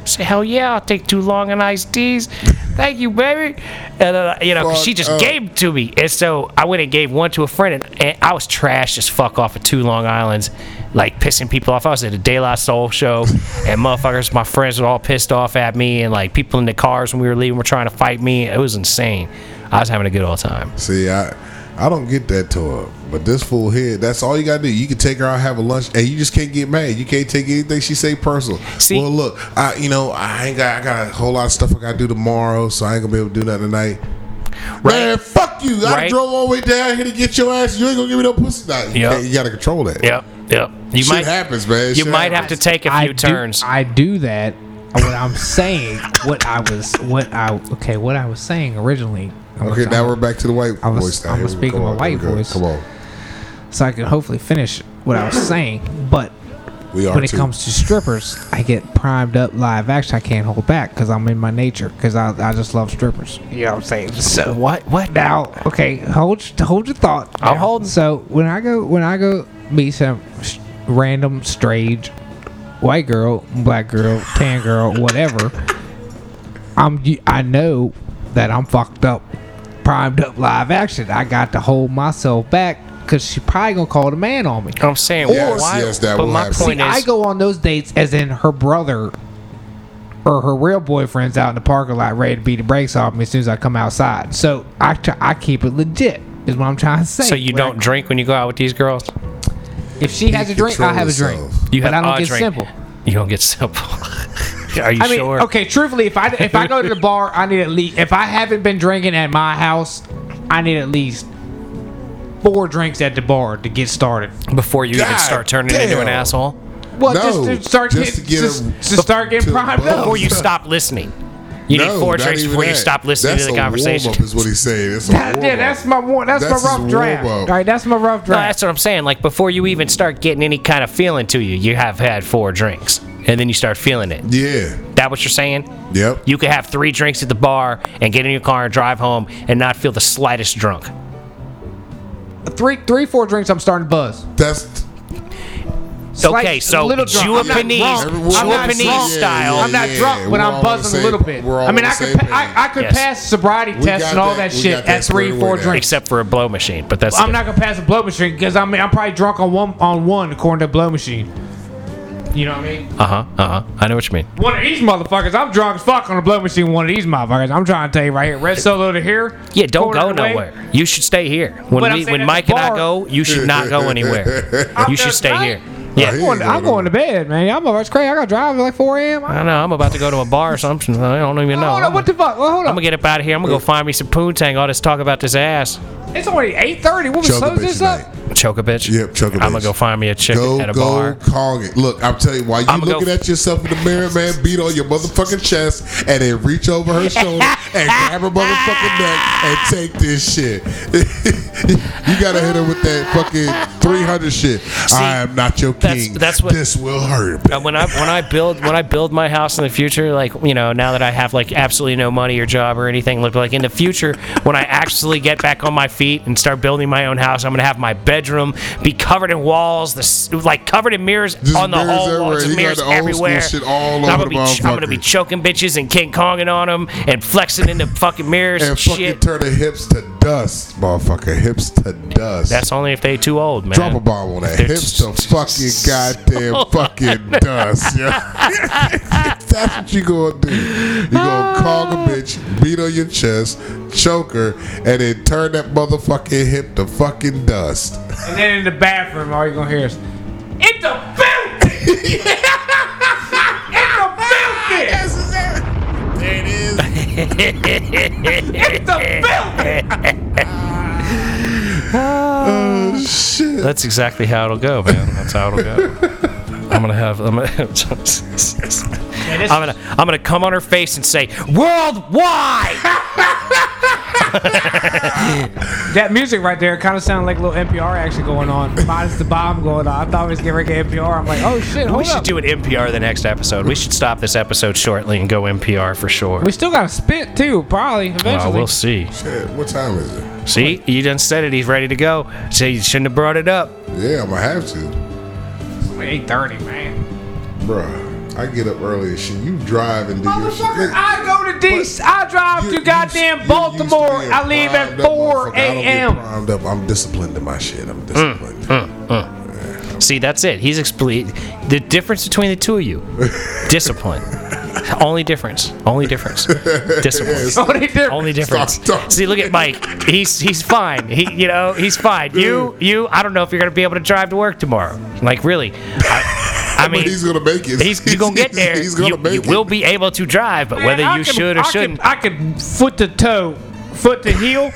Say, hell yeah, I'll take two long and iced teas. Thank you, baby. And, uh, you know, 'cause she Fuck just up. gave it to me. And so I went and gave one to a friend, and, and I was trash as fuck off of two Long Islands, like pissing people off. I was at a De La Soul show, and motherfuckers, my friends were all pissed off at me, and like people in the cars when we were leaving were trying to fight me. It was insane. I was having a good old time. See, I I don't get that tore up. But this fool here, that's all you gotta do. You can take her out, have a lunch, and you just can't get mad. You can't take anything she say personal. See- well, look, I you know I ain't got I got a whole lot of stuff I gotta do tomorrow, so I ain't gonna be able to do that tonight. Man, fuck you! I Right. drove all the way down here to get your ass. You ain't gonna give me no pussy. Nah, you, Yep. can't- you gotta control that. Yep, yep. You Shit might happens, man. you Shit might have happens. to take a I few do, turns. I do that. uh, What I'm saying, what I was, what I okay, what I was saying originally. I was- Okay, now we're back to the white I was- voice. now. I Here was we go. speaking Come my on, white here we go. voice. Come on, so I could hopefully finish what I was saying. But we are. when it too. comes to strippers, I get primed up live action. I can't hold back because I'm in my nature because I, I just love strippers. You know what I'm saying? So what? What? now, okay, hold your- hold your thought. I'm Now, holding. So when I go when I go meet some s- random strange white girl, black girl, tan girl, whatever, I'm y- I know that I'm fucked up, primed up live action. I got to hold myself back because she probably gonna call the man on me. I'm saying, Yes, why? yes, that but will my happen. point See, is, I go on those dates as in her brother or her real boyfriend's out in the parking lot ready to beat the brakes off me as soon as I come outside. So I, tr- I keep it legit. Is what I'm trying to say. so you When I- don't drink when you go out with these girls. If she has a drink, I'll have a drink. Control yourself. You but have I don't a get drink. simple. You don't get simple. Are you I mean, sure? okay. Truthfully, if I if I go to the bar, I need at least. If I haven't been drinking at my house, I need at least four drinks at the bar to get started. Before you even God start turning into an damn. asshole. Well, No, just to start just to getting, get just, a- to start getting to primed buzz. up. Before you stop listening. You No, need four not drinks even before you that. stop listening That's to the a conversation. Warm up is what he's saying. That's a That, yeah, warm-up. that's my one. That's, That's my his rough draft. warm-up. All right, that's my rough No, draft. that's what I'm saying. Like before you even start getting any kind of feeling to you, you have had four drinks. And then you start feeling it. Yeah. That what you're saying? Yep. You could have three drinks at the bar and get in your car and drive home and not feel the slightest drunk. three, three, four drinks. I'm starting to buzz. That's Slight- okay, so little drunk. I'm not Japanese, drunk. Everyone- I'm not Japanese drunk. style. Yeah, I'm not yeah, drunk, but we're I'm all on the buzzing a same little pa- bit. we're all I mean, on I the could, same pa- page. I, I could Yes. pass sobriety We tests got and all that- that, we shit got that at three, squared four away now. drinks. Except for a blow machine, but that's I'm not gonna pass a blow machine because I mean I'm probably drunk on one on one according to blow machine. You know what I mean? Uh huh. Uh huh. I know what you mean. One of these motherfuckers, I'm drunk as fuck on a blow machine. with One of these motherfuckers, I'm trying to tell you right here, red solo to here. Yeah, don't corner go of the way. nowhere. You should stay here. But When I'm we, saying when at Mike the and I bar- go, you should not go anywhere. you should just stay not- here. Oh, Yeah. he- I'm going, I'm going to bed, man. I'm over. It's crazy. I gotta drive at like 4 a.m. I know. I'm about to go to a bar or something. I don't even know. Hold on, what the fuck? Well, hold I'm on. gonna get up out of here. I'm gonna go Uh, find me some poontang. All this talk about this ass. it's only 8:30. What was Choke a close bitch this up? tonight. Choke a bitch. Yep, choke a I'm gonna bitch. go find me a chick Go, at a go, bar. Kong it. Look, I'm telling you, while you I'ma go- looking at yourself in the mirror, man, beat on your motherfucking chest and then reach over her shoulder and grab her motherfucking neck and take this shit. you gotta hit him with that fucking 300 shit. I am not your that's- king. that's what- this will hurt. Uh, when I when I build when I build my house in the future, like you know, now that I have like absolutely no money or job or anything, look like in the future when I actually get back on my feet and start building my own house, I'm gonna have my bedroom be covered in walls, the s- like covered in mirrors Just on the mirrors whole wall, everywhere. just He got mirrors the old school everywhere. shit all And over I'm gonna the be ch- I'm gonna be motherfucker. choking bitches and King Konging on them and flexing in the fucking mirrors and, and fucking shit. turn the hips to dust, motherfucker. Hips to dust. That's only if they too old, man. Drop a bomb on that. They're Hips just- to fucking goddamn fucking dust. yeah. That's what you gonna do. You gonna call a bitch, beat on your chest, choke her, and then turn that motherfucking hip to fucking dust. And then in the bathroom, all you're gonna hear is, "It's a filthy! it's a filthy! There it is. It's a filthy!" Oh shit. That's exactly how it'll go, man. That's how it'll go. I'm gonna have. I'm gonna, I'm gonna. I'm gonna come on her face and say, "Worldwide." That music right there kind of sounded like a little NPR action going on. Minus the bomb going on. I thought we was getting ready to get NPR. I'm like, oh shit, hold We should up. do an NPR the next episode. We should stop this episode shortly and go NPR for sure. we still got to spit too, probably Well, eventually. we'll see. Shit, What time is it? See, you done said it. He's ready to go. So you shouldn't have brought it up. Yeah, I'm gonna have to. Eight thirty, man. Bruh, I get up early and shit. You drive and do your shit. Motherfucker, I go to DC. I drive You- to you goddamn used- you Baltimore. used to be a I leave at primed up 4 motherfucker. I don't get a.m. primed up. I'm disciplined in my shit. I'm disciplined. See, that's it. He's expli The difference between the two of you, discipline. Only difference. Only difference. Discipline. Only difference. Only difference. Stop, stop. See, look at Mike. He's he's fine. He you know he's fine. You you I don't know if you're gonna be able to drive to work tomorrow. Like really, I, I mean but he's gonna make it. he's, you gonna get there. He's gonna you, make you it. will be able to drive, but Man, whether I you can- should or I can- shouldn't, I can foot to toe, foot to heel,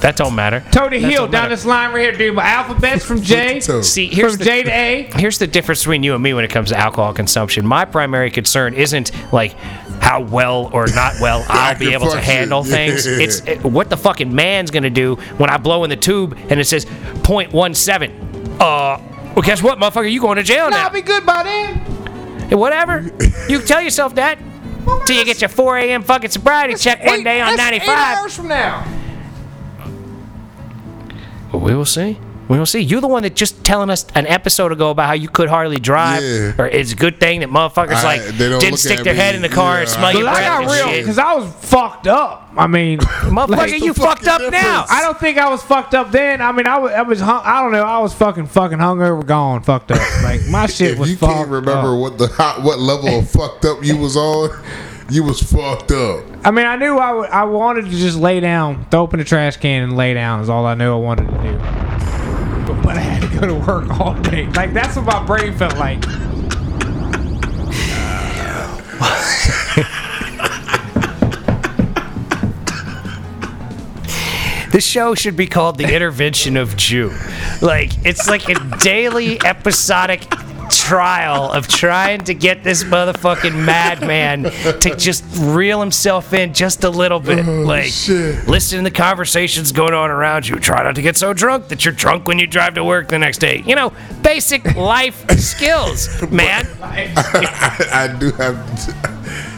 that don't matter. toe to That heel don't down matter. this line right here, dude. My alphabets from J So, See, here's from the, J to A. here's the difference between you and me when it comes to alcohol consumption. My primary concern isn't like how well or not well I'll can be able to function, handle things. yeah. It's it- what the fucking man's gonna do when I blow in the tube and it says 0.17. Uh, well, guess what, motherfucker? You going to jail Nah, I'll now? be good by then. Whatever. You can tell yourself that. Till you get your 4 a.m. fucking sobriety check one Eight- day on that's Eight 95. hours from now. Well, we will see. We will see. You're the one that just telling us an episode ago about how you could hardly drive, Yeah. or it's a good thing that motherfuckers I- like they don't didn't look stick at their me. head in the car and Yeah, smell I- your But I breath got and real shit. because I was fucked up. I mean, Motherfucker, you the fucked up fucking now. difference? I I don't. don't think I was fucked up then. I mean, I was, I was hung, I don't know. I was fucking fucking hungover, gone, fucked up. Like my shit if was you fucked. can't remember up. what the how, what level of fucked up you was on, you was fucked up. I mean, I knew I would- I wanted to just lay down, throw open the trash can, and lay down. Is all I knew I wanted to do. But, but I had to go to work all day. Like that's what my brain felt like. This show should be called "The Intervention of Jew." Like it's like a daily episodic trial of trying to get this motherfucking madman to just reel himself in just a little bit. like shit. listen to the conversations going on around you. Try not to get so drunk that you're drunk when you drive to work the next day. You know, basic life skills, man. I, I do have.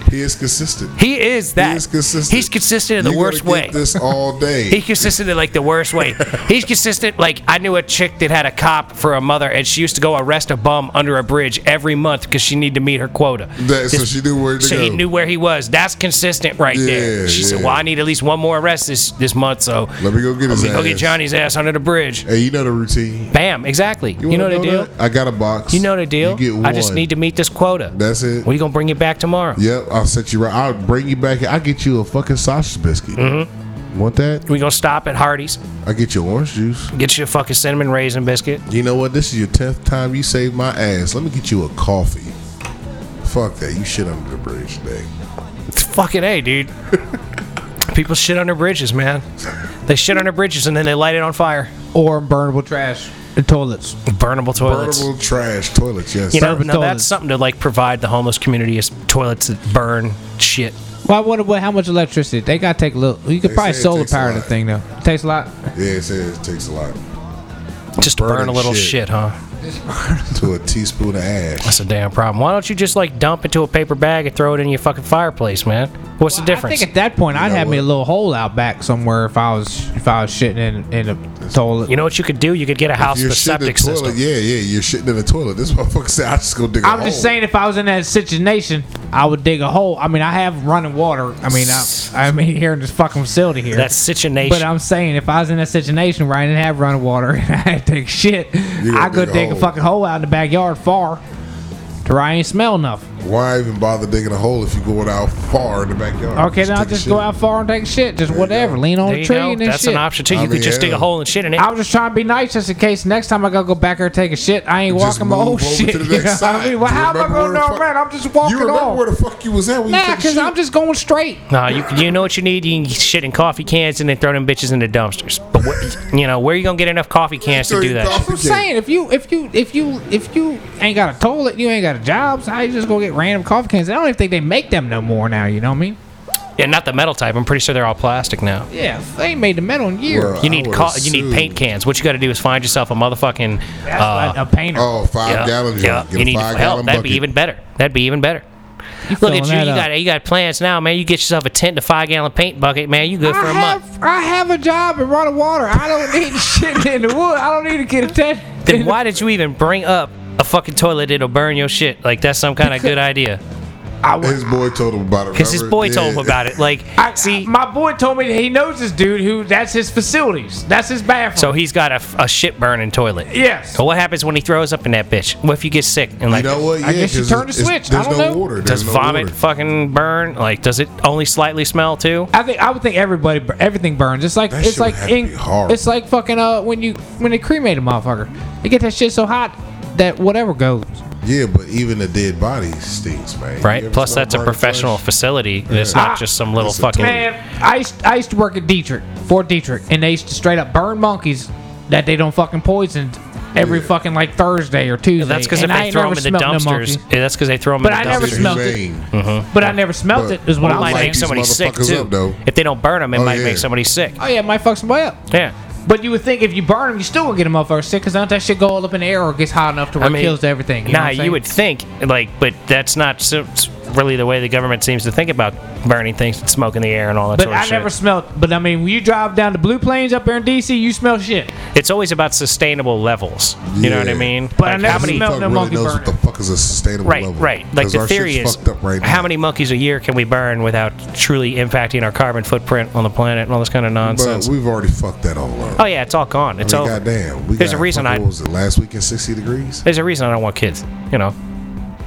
He is consistent. He is that. He is consistent. He's consistent in the You worst gotta way. get This all day. He's consistent in like the worst way. He's consistent like I knew a chick that had a cop for a mother, and she used to go arrest a bum under a bridge every month because she needed to meet her quota. That- so she knew where to So go. he knew where he was. That's consistent right there. Yeah, She said, yeah. "Well, I need at least one more arrest this this month, so Let me go get his let me go get ass. Johnny's ass under the bridge." Hey, you know the routine. Bam! Exactly. You, know wanna the deal. that? I got a box. You know the deal. You get one. I just need to meet this quota. That's it. we gonna bring it back tomorrow. Yep, I'll set you right. I'll bring you back. I'll get you a fucking sausage biscuit. Mm-hmm. Want that? We gonna stop at Hardee's, I'll get you orange juice. get you a fucking cinnamon raisin biscuit. You know what? This is your 10th time you saved my ass. Let me get you a coffee. Fuck that. You shit under the bridge today. Fucking A, dude. People shit under bridges, man. They shit under bridges and then they light it on fire. Or burnable trash and toilets. Burnable toilets. Portable trash toilets, yes. You know, Burnable now that's toilets. something to like provide the homeless community is toilets that burn shit. Well, I wonder what, how much electricity they gotta take a little. You could They probably say it solar takes a power the lot. thing though. takes a lot. Yeah, it says it takes a lot Just to burn Burning a little shit. shit. huh? to a teaspoon of ash. That's a damn problem. Why don't you just like dump into a paper bag and throw it in your fucking fireplace, man? What's the I difference? think at that point I'd know have me a what? little hole out back somewhere if I was if I was shitting in in a toilet. you know what you could do? You could get a house You're with a shitting in the septic toilet. system. Yeah, yeah, you're shitting in the toilet. This motherfucker said, "I just go dig a I'm just hole." saying if I was in that situation, I would dig a hole. I mean, I have running water. I mean, I, I mean here in this fucking facility here. That's such a nation. But I'm saying, if I was in that situation where I didn't have running water and I had to take shit, gonna I could dig a dig a hole. fucking hole out in the backyard far to where I ain't smell enough. Why even bother digging a hole if you're going out far in the backyard? Okay, then I'll take a just shit. go out far and take shit. Just you whatever. go. Lean on there a you tree go. and then That's shit. an option too. You I could mean, just dig yeah. a hole and shit in it. I was just trying to be nice just in case next time I gotta go back there and take a shit, I ain't Just walking my move whole over to shit. the you know next what I side. mean? Well, You how am I remember gonna where the know fuck- around? I'm just You walking remember off. where the fuck you was at when you Nah, took a because shit? I'm just going straight. Nah, you you know what you need? You can shit in coffee cans and then throw them bitches in the dumpsters. But what, you know where you gonna get enough coffee cans to do that? shit? Coffee I'm cake. saying if you if you if you if you ain't got a toilet, you ain't got a job, so how you just gonna get random coffee cans? I don't even think they make them no more now. You know what I mean? Yeah, not the metal type. I'm pretty sure they're all plastic now. Yeah, they ain't made the metal in years. Well, You I need would co- you need assume- paint cans. What you got to do is find yourself a motherfucking. That's uh, like a painter. Oh, five yeah, gallon jug. yeah, Get a you need five help. gallon That'd be bucket. even better. That'd be even better. You Look filling at you. that You up. got you got plans now, man. You get yourself a tent and a five gallon paint bucket, man. You good for I a have, month. I have a job and running water. I don't need shit in the wood. I don't need to get a tent. Then why did you even bring up a fucking toilet? It'll burn your shit. Like that's some kind of good idea. I would- His boy told him about it. Because his remember? boy told him Yeah. about it. Like I, see. my boy told me that he knows this dude who that's his facilities. That's his bathroom. so he's got a, a shit burning toilet. yes. So what happens when he throws up in that bitch? What if you get sick and You like know what? Yeah, I guess you 'cause turned the it's- switch. I There's don't no know. water. There's does no vomit water. fucking burn? Like does it only slightly smell too? I think I would think everybody bur- everything burns. It's like That it's shit would like have to be horrible. it's like fucking uh when you when they cremate a motherfucker, you get that shit so hot that whatever goes. Yeah, but even a dead body stinks, man. You Right. ever Plus smell that's a burning professional flesh? facility. It's Yeah. Ah, not just some little Listen, fucking. Man, I used, I used to work at Dietrich, Fort Dietrich, and they used to straight up burn monkeys that they don't fucking poison every Yeah. fucking like Thursday or Tuesday. That's because if and I they ain't throw them never in the smelt no dumpsters, monkeys, yeah, that's because they throw them But in I the never dumpsters. It's smelled it. humane. Mm-hmm. but I never smelt it. But- Is Well, what It I'm might like make saying. these somebody sick motherfuckers too. up, though. if they don't burn them, it Oh, might yeah. make somebody sick. Oh yeah, it might fuck somebody up. Yeah. But you would think if you burn them, you still would get a motherfucker sick because don't that shit go all up in the air or gets hot enough to I where mean, it kills everything? You know nah, what I'm you saying? would think like, but that's not so, s- really the way the government seems to think about burning things, smoke in the air, and all that But sort of I shit. never smelled. But I mean, when you drive down to Blue Plains up there in DC, you smell shit. it's always about sustainable levels. You know what I Yeah. mean? But I never how Who many the fuck smelled no really monkey knows what burning. the fuck is a sustainable Right, level? right. Like 'Cause the our theory shit's is, fucked up right how now. many monkeys a year can we burn without truly impacting our carbon footprint on the planet and all this kind of But nonsense? we've already fucked that all up. oh yeah, it's all gone. It's I mean, over. goddamn. We There's got, a reason fucking- I- What was it last week in 60 degrees? There's a reason I don't want kids. You know,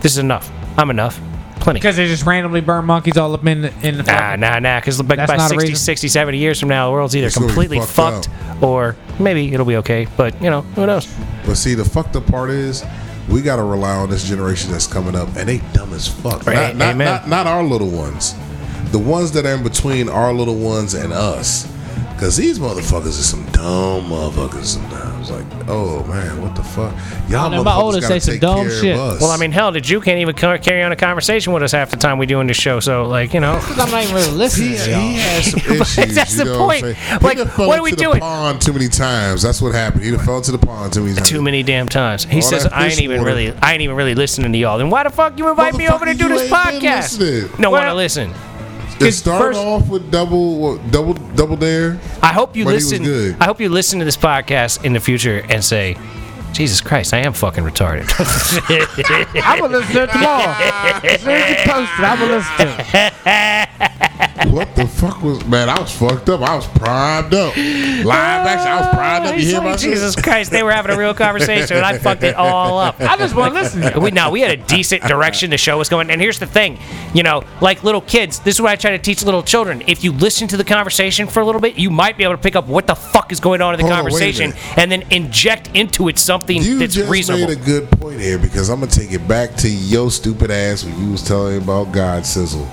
this is enough. I'm enough. Plenty. Because they just randomly burn monkeys all up in the, in the Nah, nah, nah. Because by, That's by not a 60, reason. 60, 70 years from now, the world's either It's gonna be completely fucked, fucked or maybe it'll be okay. But you know, who knows? But see, the fucked up part is we got to rely on this generation that's coming up, and they dumb as fuck. Right, Not, not, amen. not, not our little ones. The ones that are in between our little ones and us. Because these motherfuckers are some dumb motherfuckers sometimes. Like, oh man, what the fuck? Y'all know, motherfuckers my oldest gotta say some take dumb care shit. of us. Well, I mean, hell, the Jew can't even car- carry on a conversation with us half the time we do in this show. So, like, you know, Because I'm not even really listening. He, to he y'all. has some But issues. that's you the know what I'm point. saying? Like, he done fell what are we into doing? The pond too many times. That's what happened. He done fell into the pond too many times. too many damn times. He All says, that "I ain't fish even water. really, I ain't even really listening to y'all." Then why the fuck you invite me over to Motherfucker, do you this ain't been podcast? listening. No want to Well- listen. It started first- off with double, what, double, double dare. I hope you But he was listen. good. I hope you listen to this podcast in the future and say, "Jesus Christ, I am fucking retarded." I will listen to it tomorrow. as soon as you post it, I will listen to it. What the fuck was man? I was fucked up. I was primed up. Live action. I was primed up. You He's hear like, my shit? Uh, Oh, Jesus Christ, they were having a real conversation, and I fucked it all up. I just want to listen to it. we no, we had a decent direction the show was going. And here's the thing, you know, like little kids, this is what I try to teach little children. If you listen to the conversation for a little bit, you might be able to pick up what the fuck is going on in the Hold on, wait a conversation, minute. and then inject into it something You that's just reasonable. made a good point here because I'm gonna take it back to your stupid ass when you was telling me about God sizzle.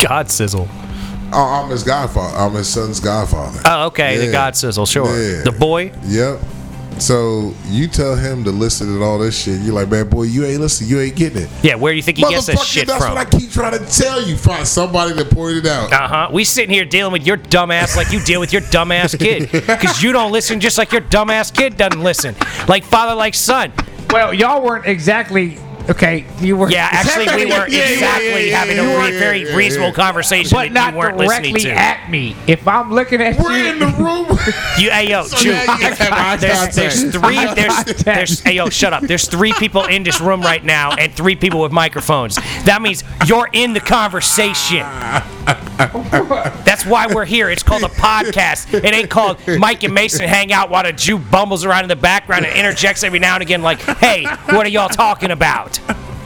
God sizzle. Oh, I'm his godfather. I'm his son's godfather. Oh, okay, the Yeah. God sizzle, sure. Yeah. The boy. Yep. So you tell him to listen and all this shit. You're like, man, boy, you ain't listen. You ain't getting it. Yeah, where do you think he gets that Motherfucker, shit that's from? what I keep trying to tell you. Find somebody that pointed it out. Uh huh. We sitting here dealing with your dumbass like you deal with your dumbass kid, because you don't listen just like your dumbass kid doesn't listen, like father like son. Well, y'all weren't exactly okay. You were. Yeah, actually, we were Yeah, yeah, exactly yeah, yeah, having yeah, a re- yeah, very yeah, reasonable yeah. conversation but that not you weren't listening directly to. at me. If I'm looking at you, We're in the room. you, hey yo, So Jew, now you if- have eye there's, there's contact. three. Eye There's, contact. there's. Hey yo, shut up. There's three people in this room right now, and three people with microphones. That means you're in the conversation. That's why we're here. It's called a podcast. It ain't called Mike and Mason hang out while the Jew bumbles around in the background and interjects every now and again, like, "Hey, what are y'all talking about?"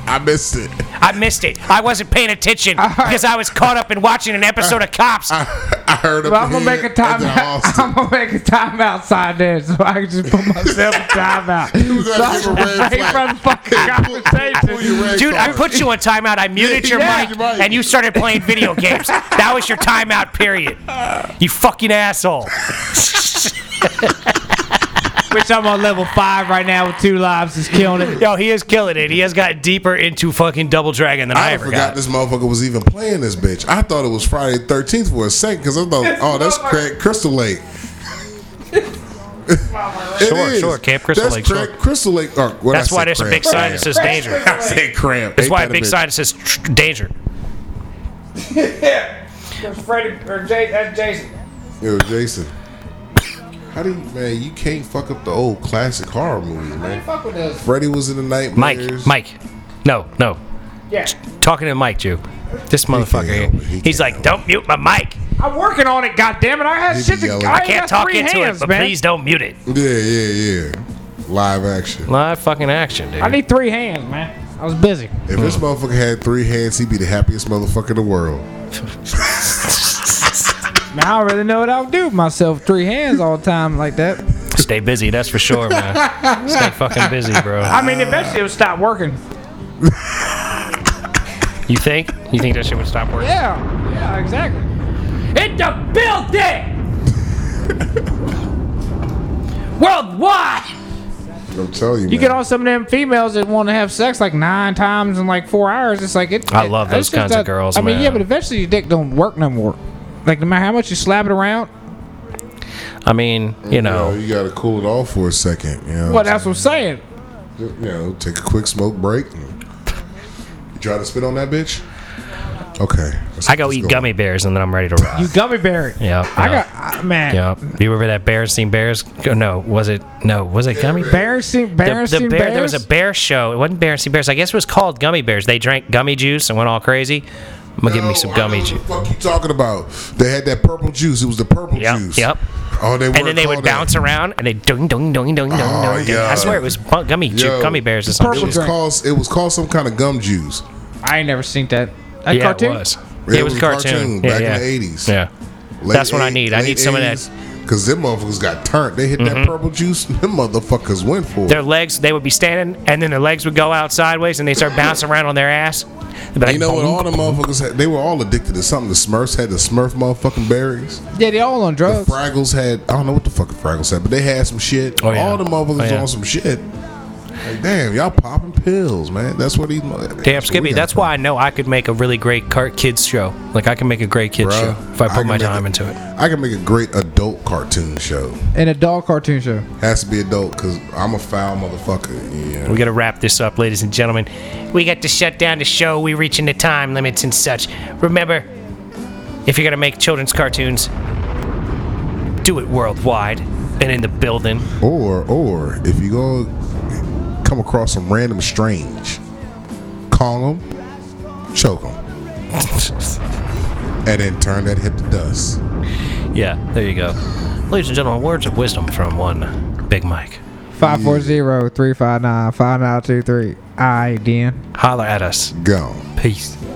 I missed it. I missed it. I wasn't paying attention because I was caught up in watching an episode of Uh-huh. Cops. I heard. Well, I'm gonna make a timeout. I'm timeout. gonna make a timeout outside there, so I can just put myself a timeout. You was gonna give a red Right flag. from the fucking Pull- pull conversation. your red Dude, I card. put you on timeout. I muted your Yeah, mic you're right. and you started playing video games. That was your timeout period. You fucking asshole. Which I'm on level five right now with two lives, is killing it. Yo, he is killing it. He has got deeper into fucking Double Dragon than I, I, ever forgot got. this motherfucker was even playing this bitch. I thought it was Friday the 13th for a second because I thought, oh, that's Craig Crystal Lake. It Sure, sure, Camp Crystal that's Lake, Craig sure. Crystal Lake. Or, what That's I why said there's a Craig, big sign Cram. that says danger. I said cramp. That's why a big sign that says tr- danger. Freddie or Jay, that's Jason. Yo, Jason. How do you, man? You can't fuck up the old classic horror movies, man. Fuck with those. Freddy was in the night. Mike, Mike. No, no. Yeah. Talking to Mike, Jew. This motherfucker here. help it. He He's can't like, don't mute my mic. I'm working on it, goddammit. I had He's shit to yelling. I I Can't got talk three into hands, it, but man. please don't mute it. Yeah, yeah, yeah. Live action. Live fucking action, dude. I need three hands, man. I was busy. If this motherfucker had three hands, he'd be the happiest motherfucker in the world. Man, I don't really know what I would do with myself. Three hands all the time like that. Stay busy, that's for sure, man. Stay fucking busy, bro. I mean, eventually it would stop working. You think? You think that shit would stop working? Yeah, yeah, exactly. In the building! Worldwide! I'm telling you, You man. get all some of them females that want to have sex like nine times in like four hours. It's like it. I love it- those it's just kinds of girls, I mean, yeah, man. but eventually your dick don't work no more. Like no matter how much you slap it around. I mean, you know, you gotta cool it off for a second. You know, Well, that's what I'm saying. you know, take a quick smoke break. And you try to spit on that bitch. Okay, let's I go let's eat gummy bears and then I'm ready to rock. You gummy bear. Yeah, I yeah. got I- man. Yeah. You remember that Berenstein Bears? Oh, No, was it? No, was it gummy bears? Embarrassing, The, embarrassing the bear, bears. there was a bear show. It wasn't Berenstein Bears. I guess it was called Gummy Bears. They drank gummy juice and went all crazy. I'm gonna give me No, some I gummy know juice. What the fuck you talking about? They had that purple juice. It was the purple Yep, juice. yep. Oh, they And then they would bounce around and they ding ding ding ding ding Oh, ding. I yeah. swear it was bu- gummy ju- Yo, gummy bears or something. purple It was drink. called. It was called some kind of gum juice. I ain't never seen that. That Yeah, cartoon. it was. Yeah, it was a cartoon. Yeah, back yeah. in the eighties. Yeah. That's what I need. I need some of that. Mm-hmm. Cause them motherfuckers got turned. They hit that purple juice. Them motherfuckers went for it. Their legs, they would be standing, and then their legs would go out sideways, and they start bouncing around on their ass. They'd be like, You know what? "Bonk." All the motherfuckers had, they were all addicted to something. The Smurfs had the Smurf motherfucking berries. Yeah, they all on The drugs. Fraggles had I don't know what the fuck the Fraggles had, but they had some shit. Oh, yeah. All the motherfuckers Oh, yeah. on some shit. Like damn, y'all popping pills, man. That's what these motherfuckers. Damn, Skippy, that's why I know I could make a really great car- kids show. Like, I can make a great kids Bruh, show if I put can my make time a- into it. I can make a great adult cartoon show. In a dog cartoon show. Has to be adult because I'm a foul motherfucker. Yeah. We gotta wrap this up, ladies and gentlemen. We got to shut down the show. We're reaching the time limits and such. Remember, if you're gonna make children's cartoons, do it worldwide and in the building. Or or if you go come across some random strange, call them, choke them, and then turn that hip to dust. Yeah, there you go. Ladies and gentlemen, words of wisdom from one Big Mike. 540-359-5923. All right, then. Holler at us. Gone. Peace.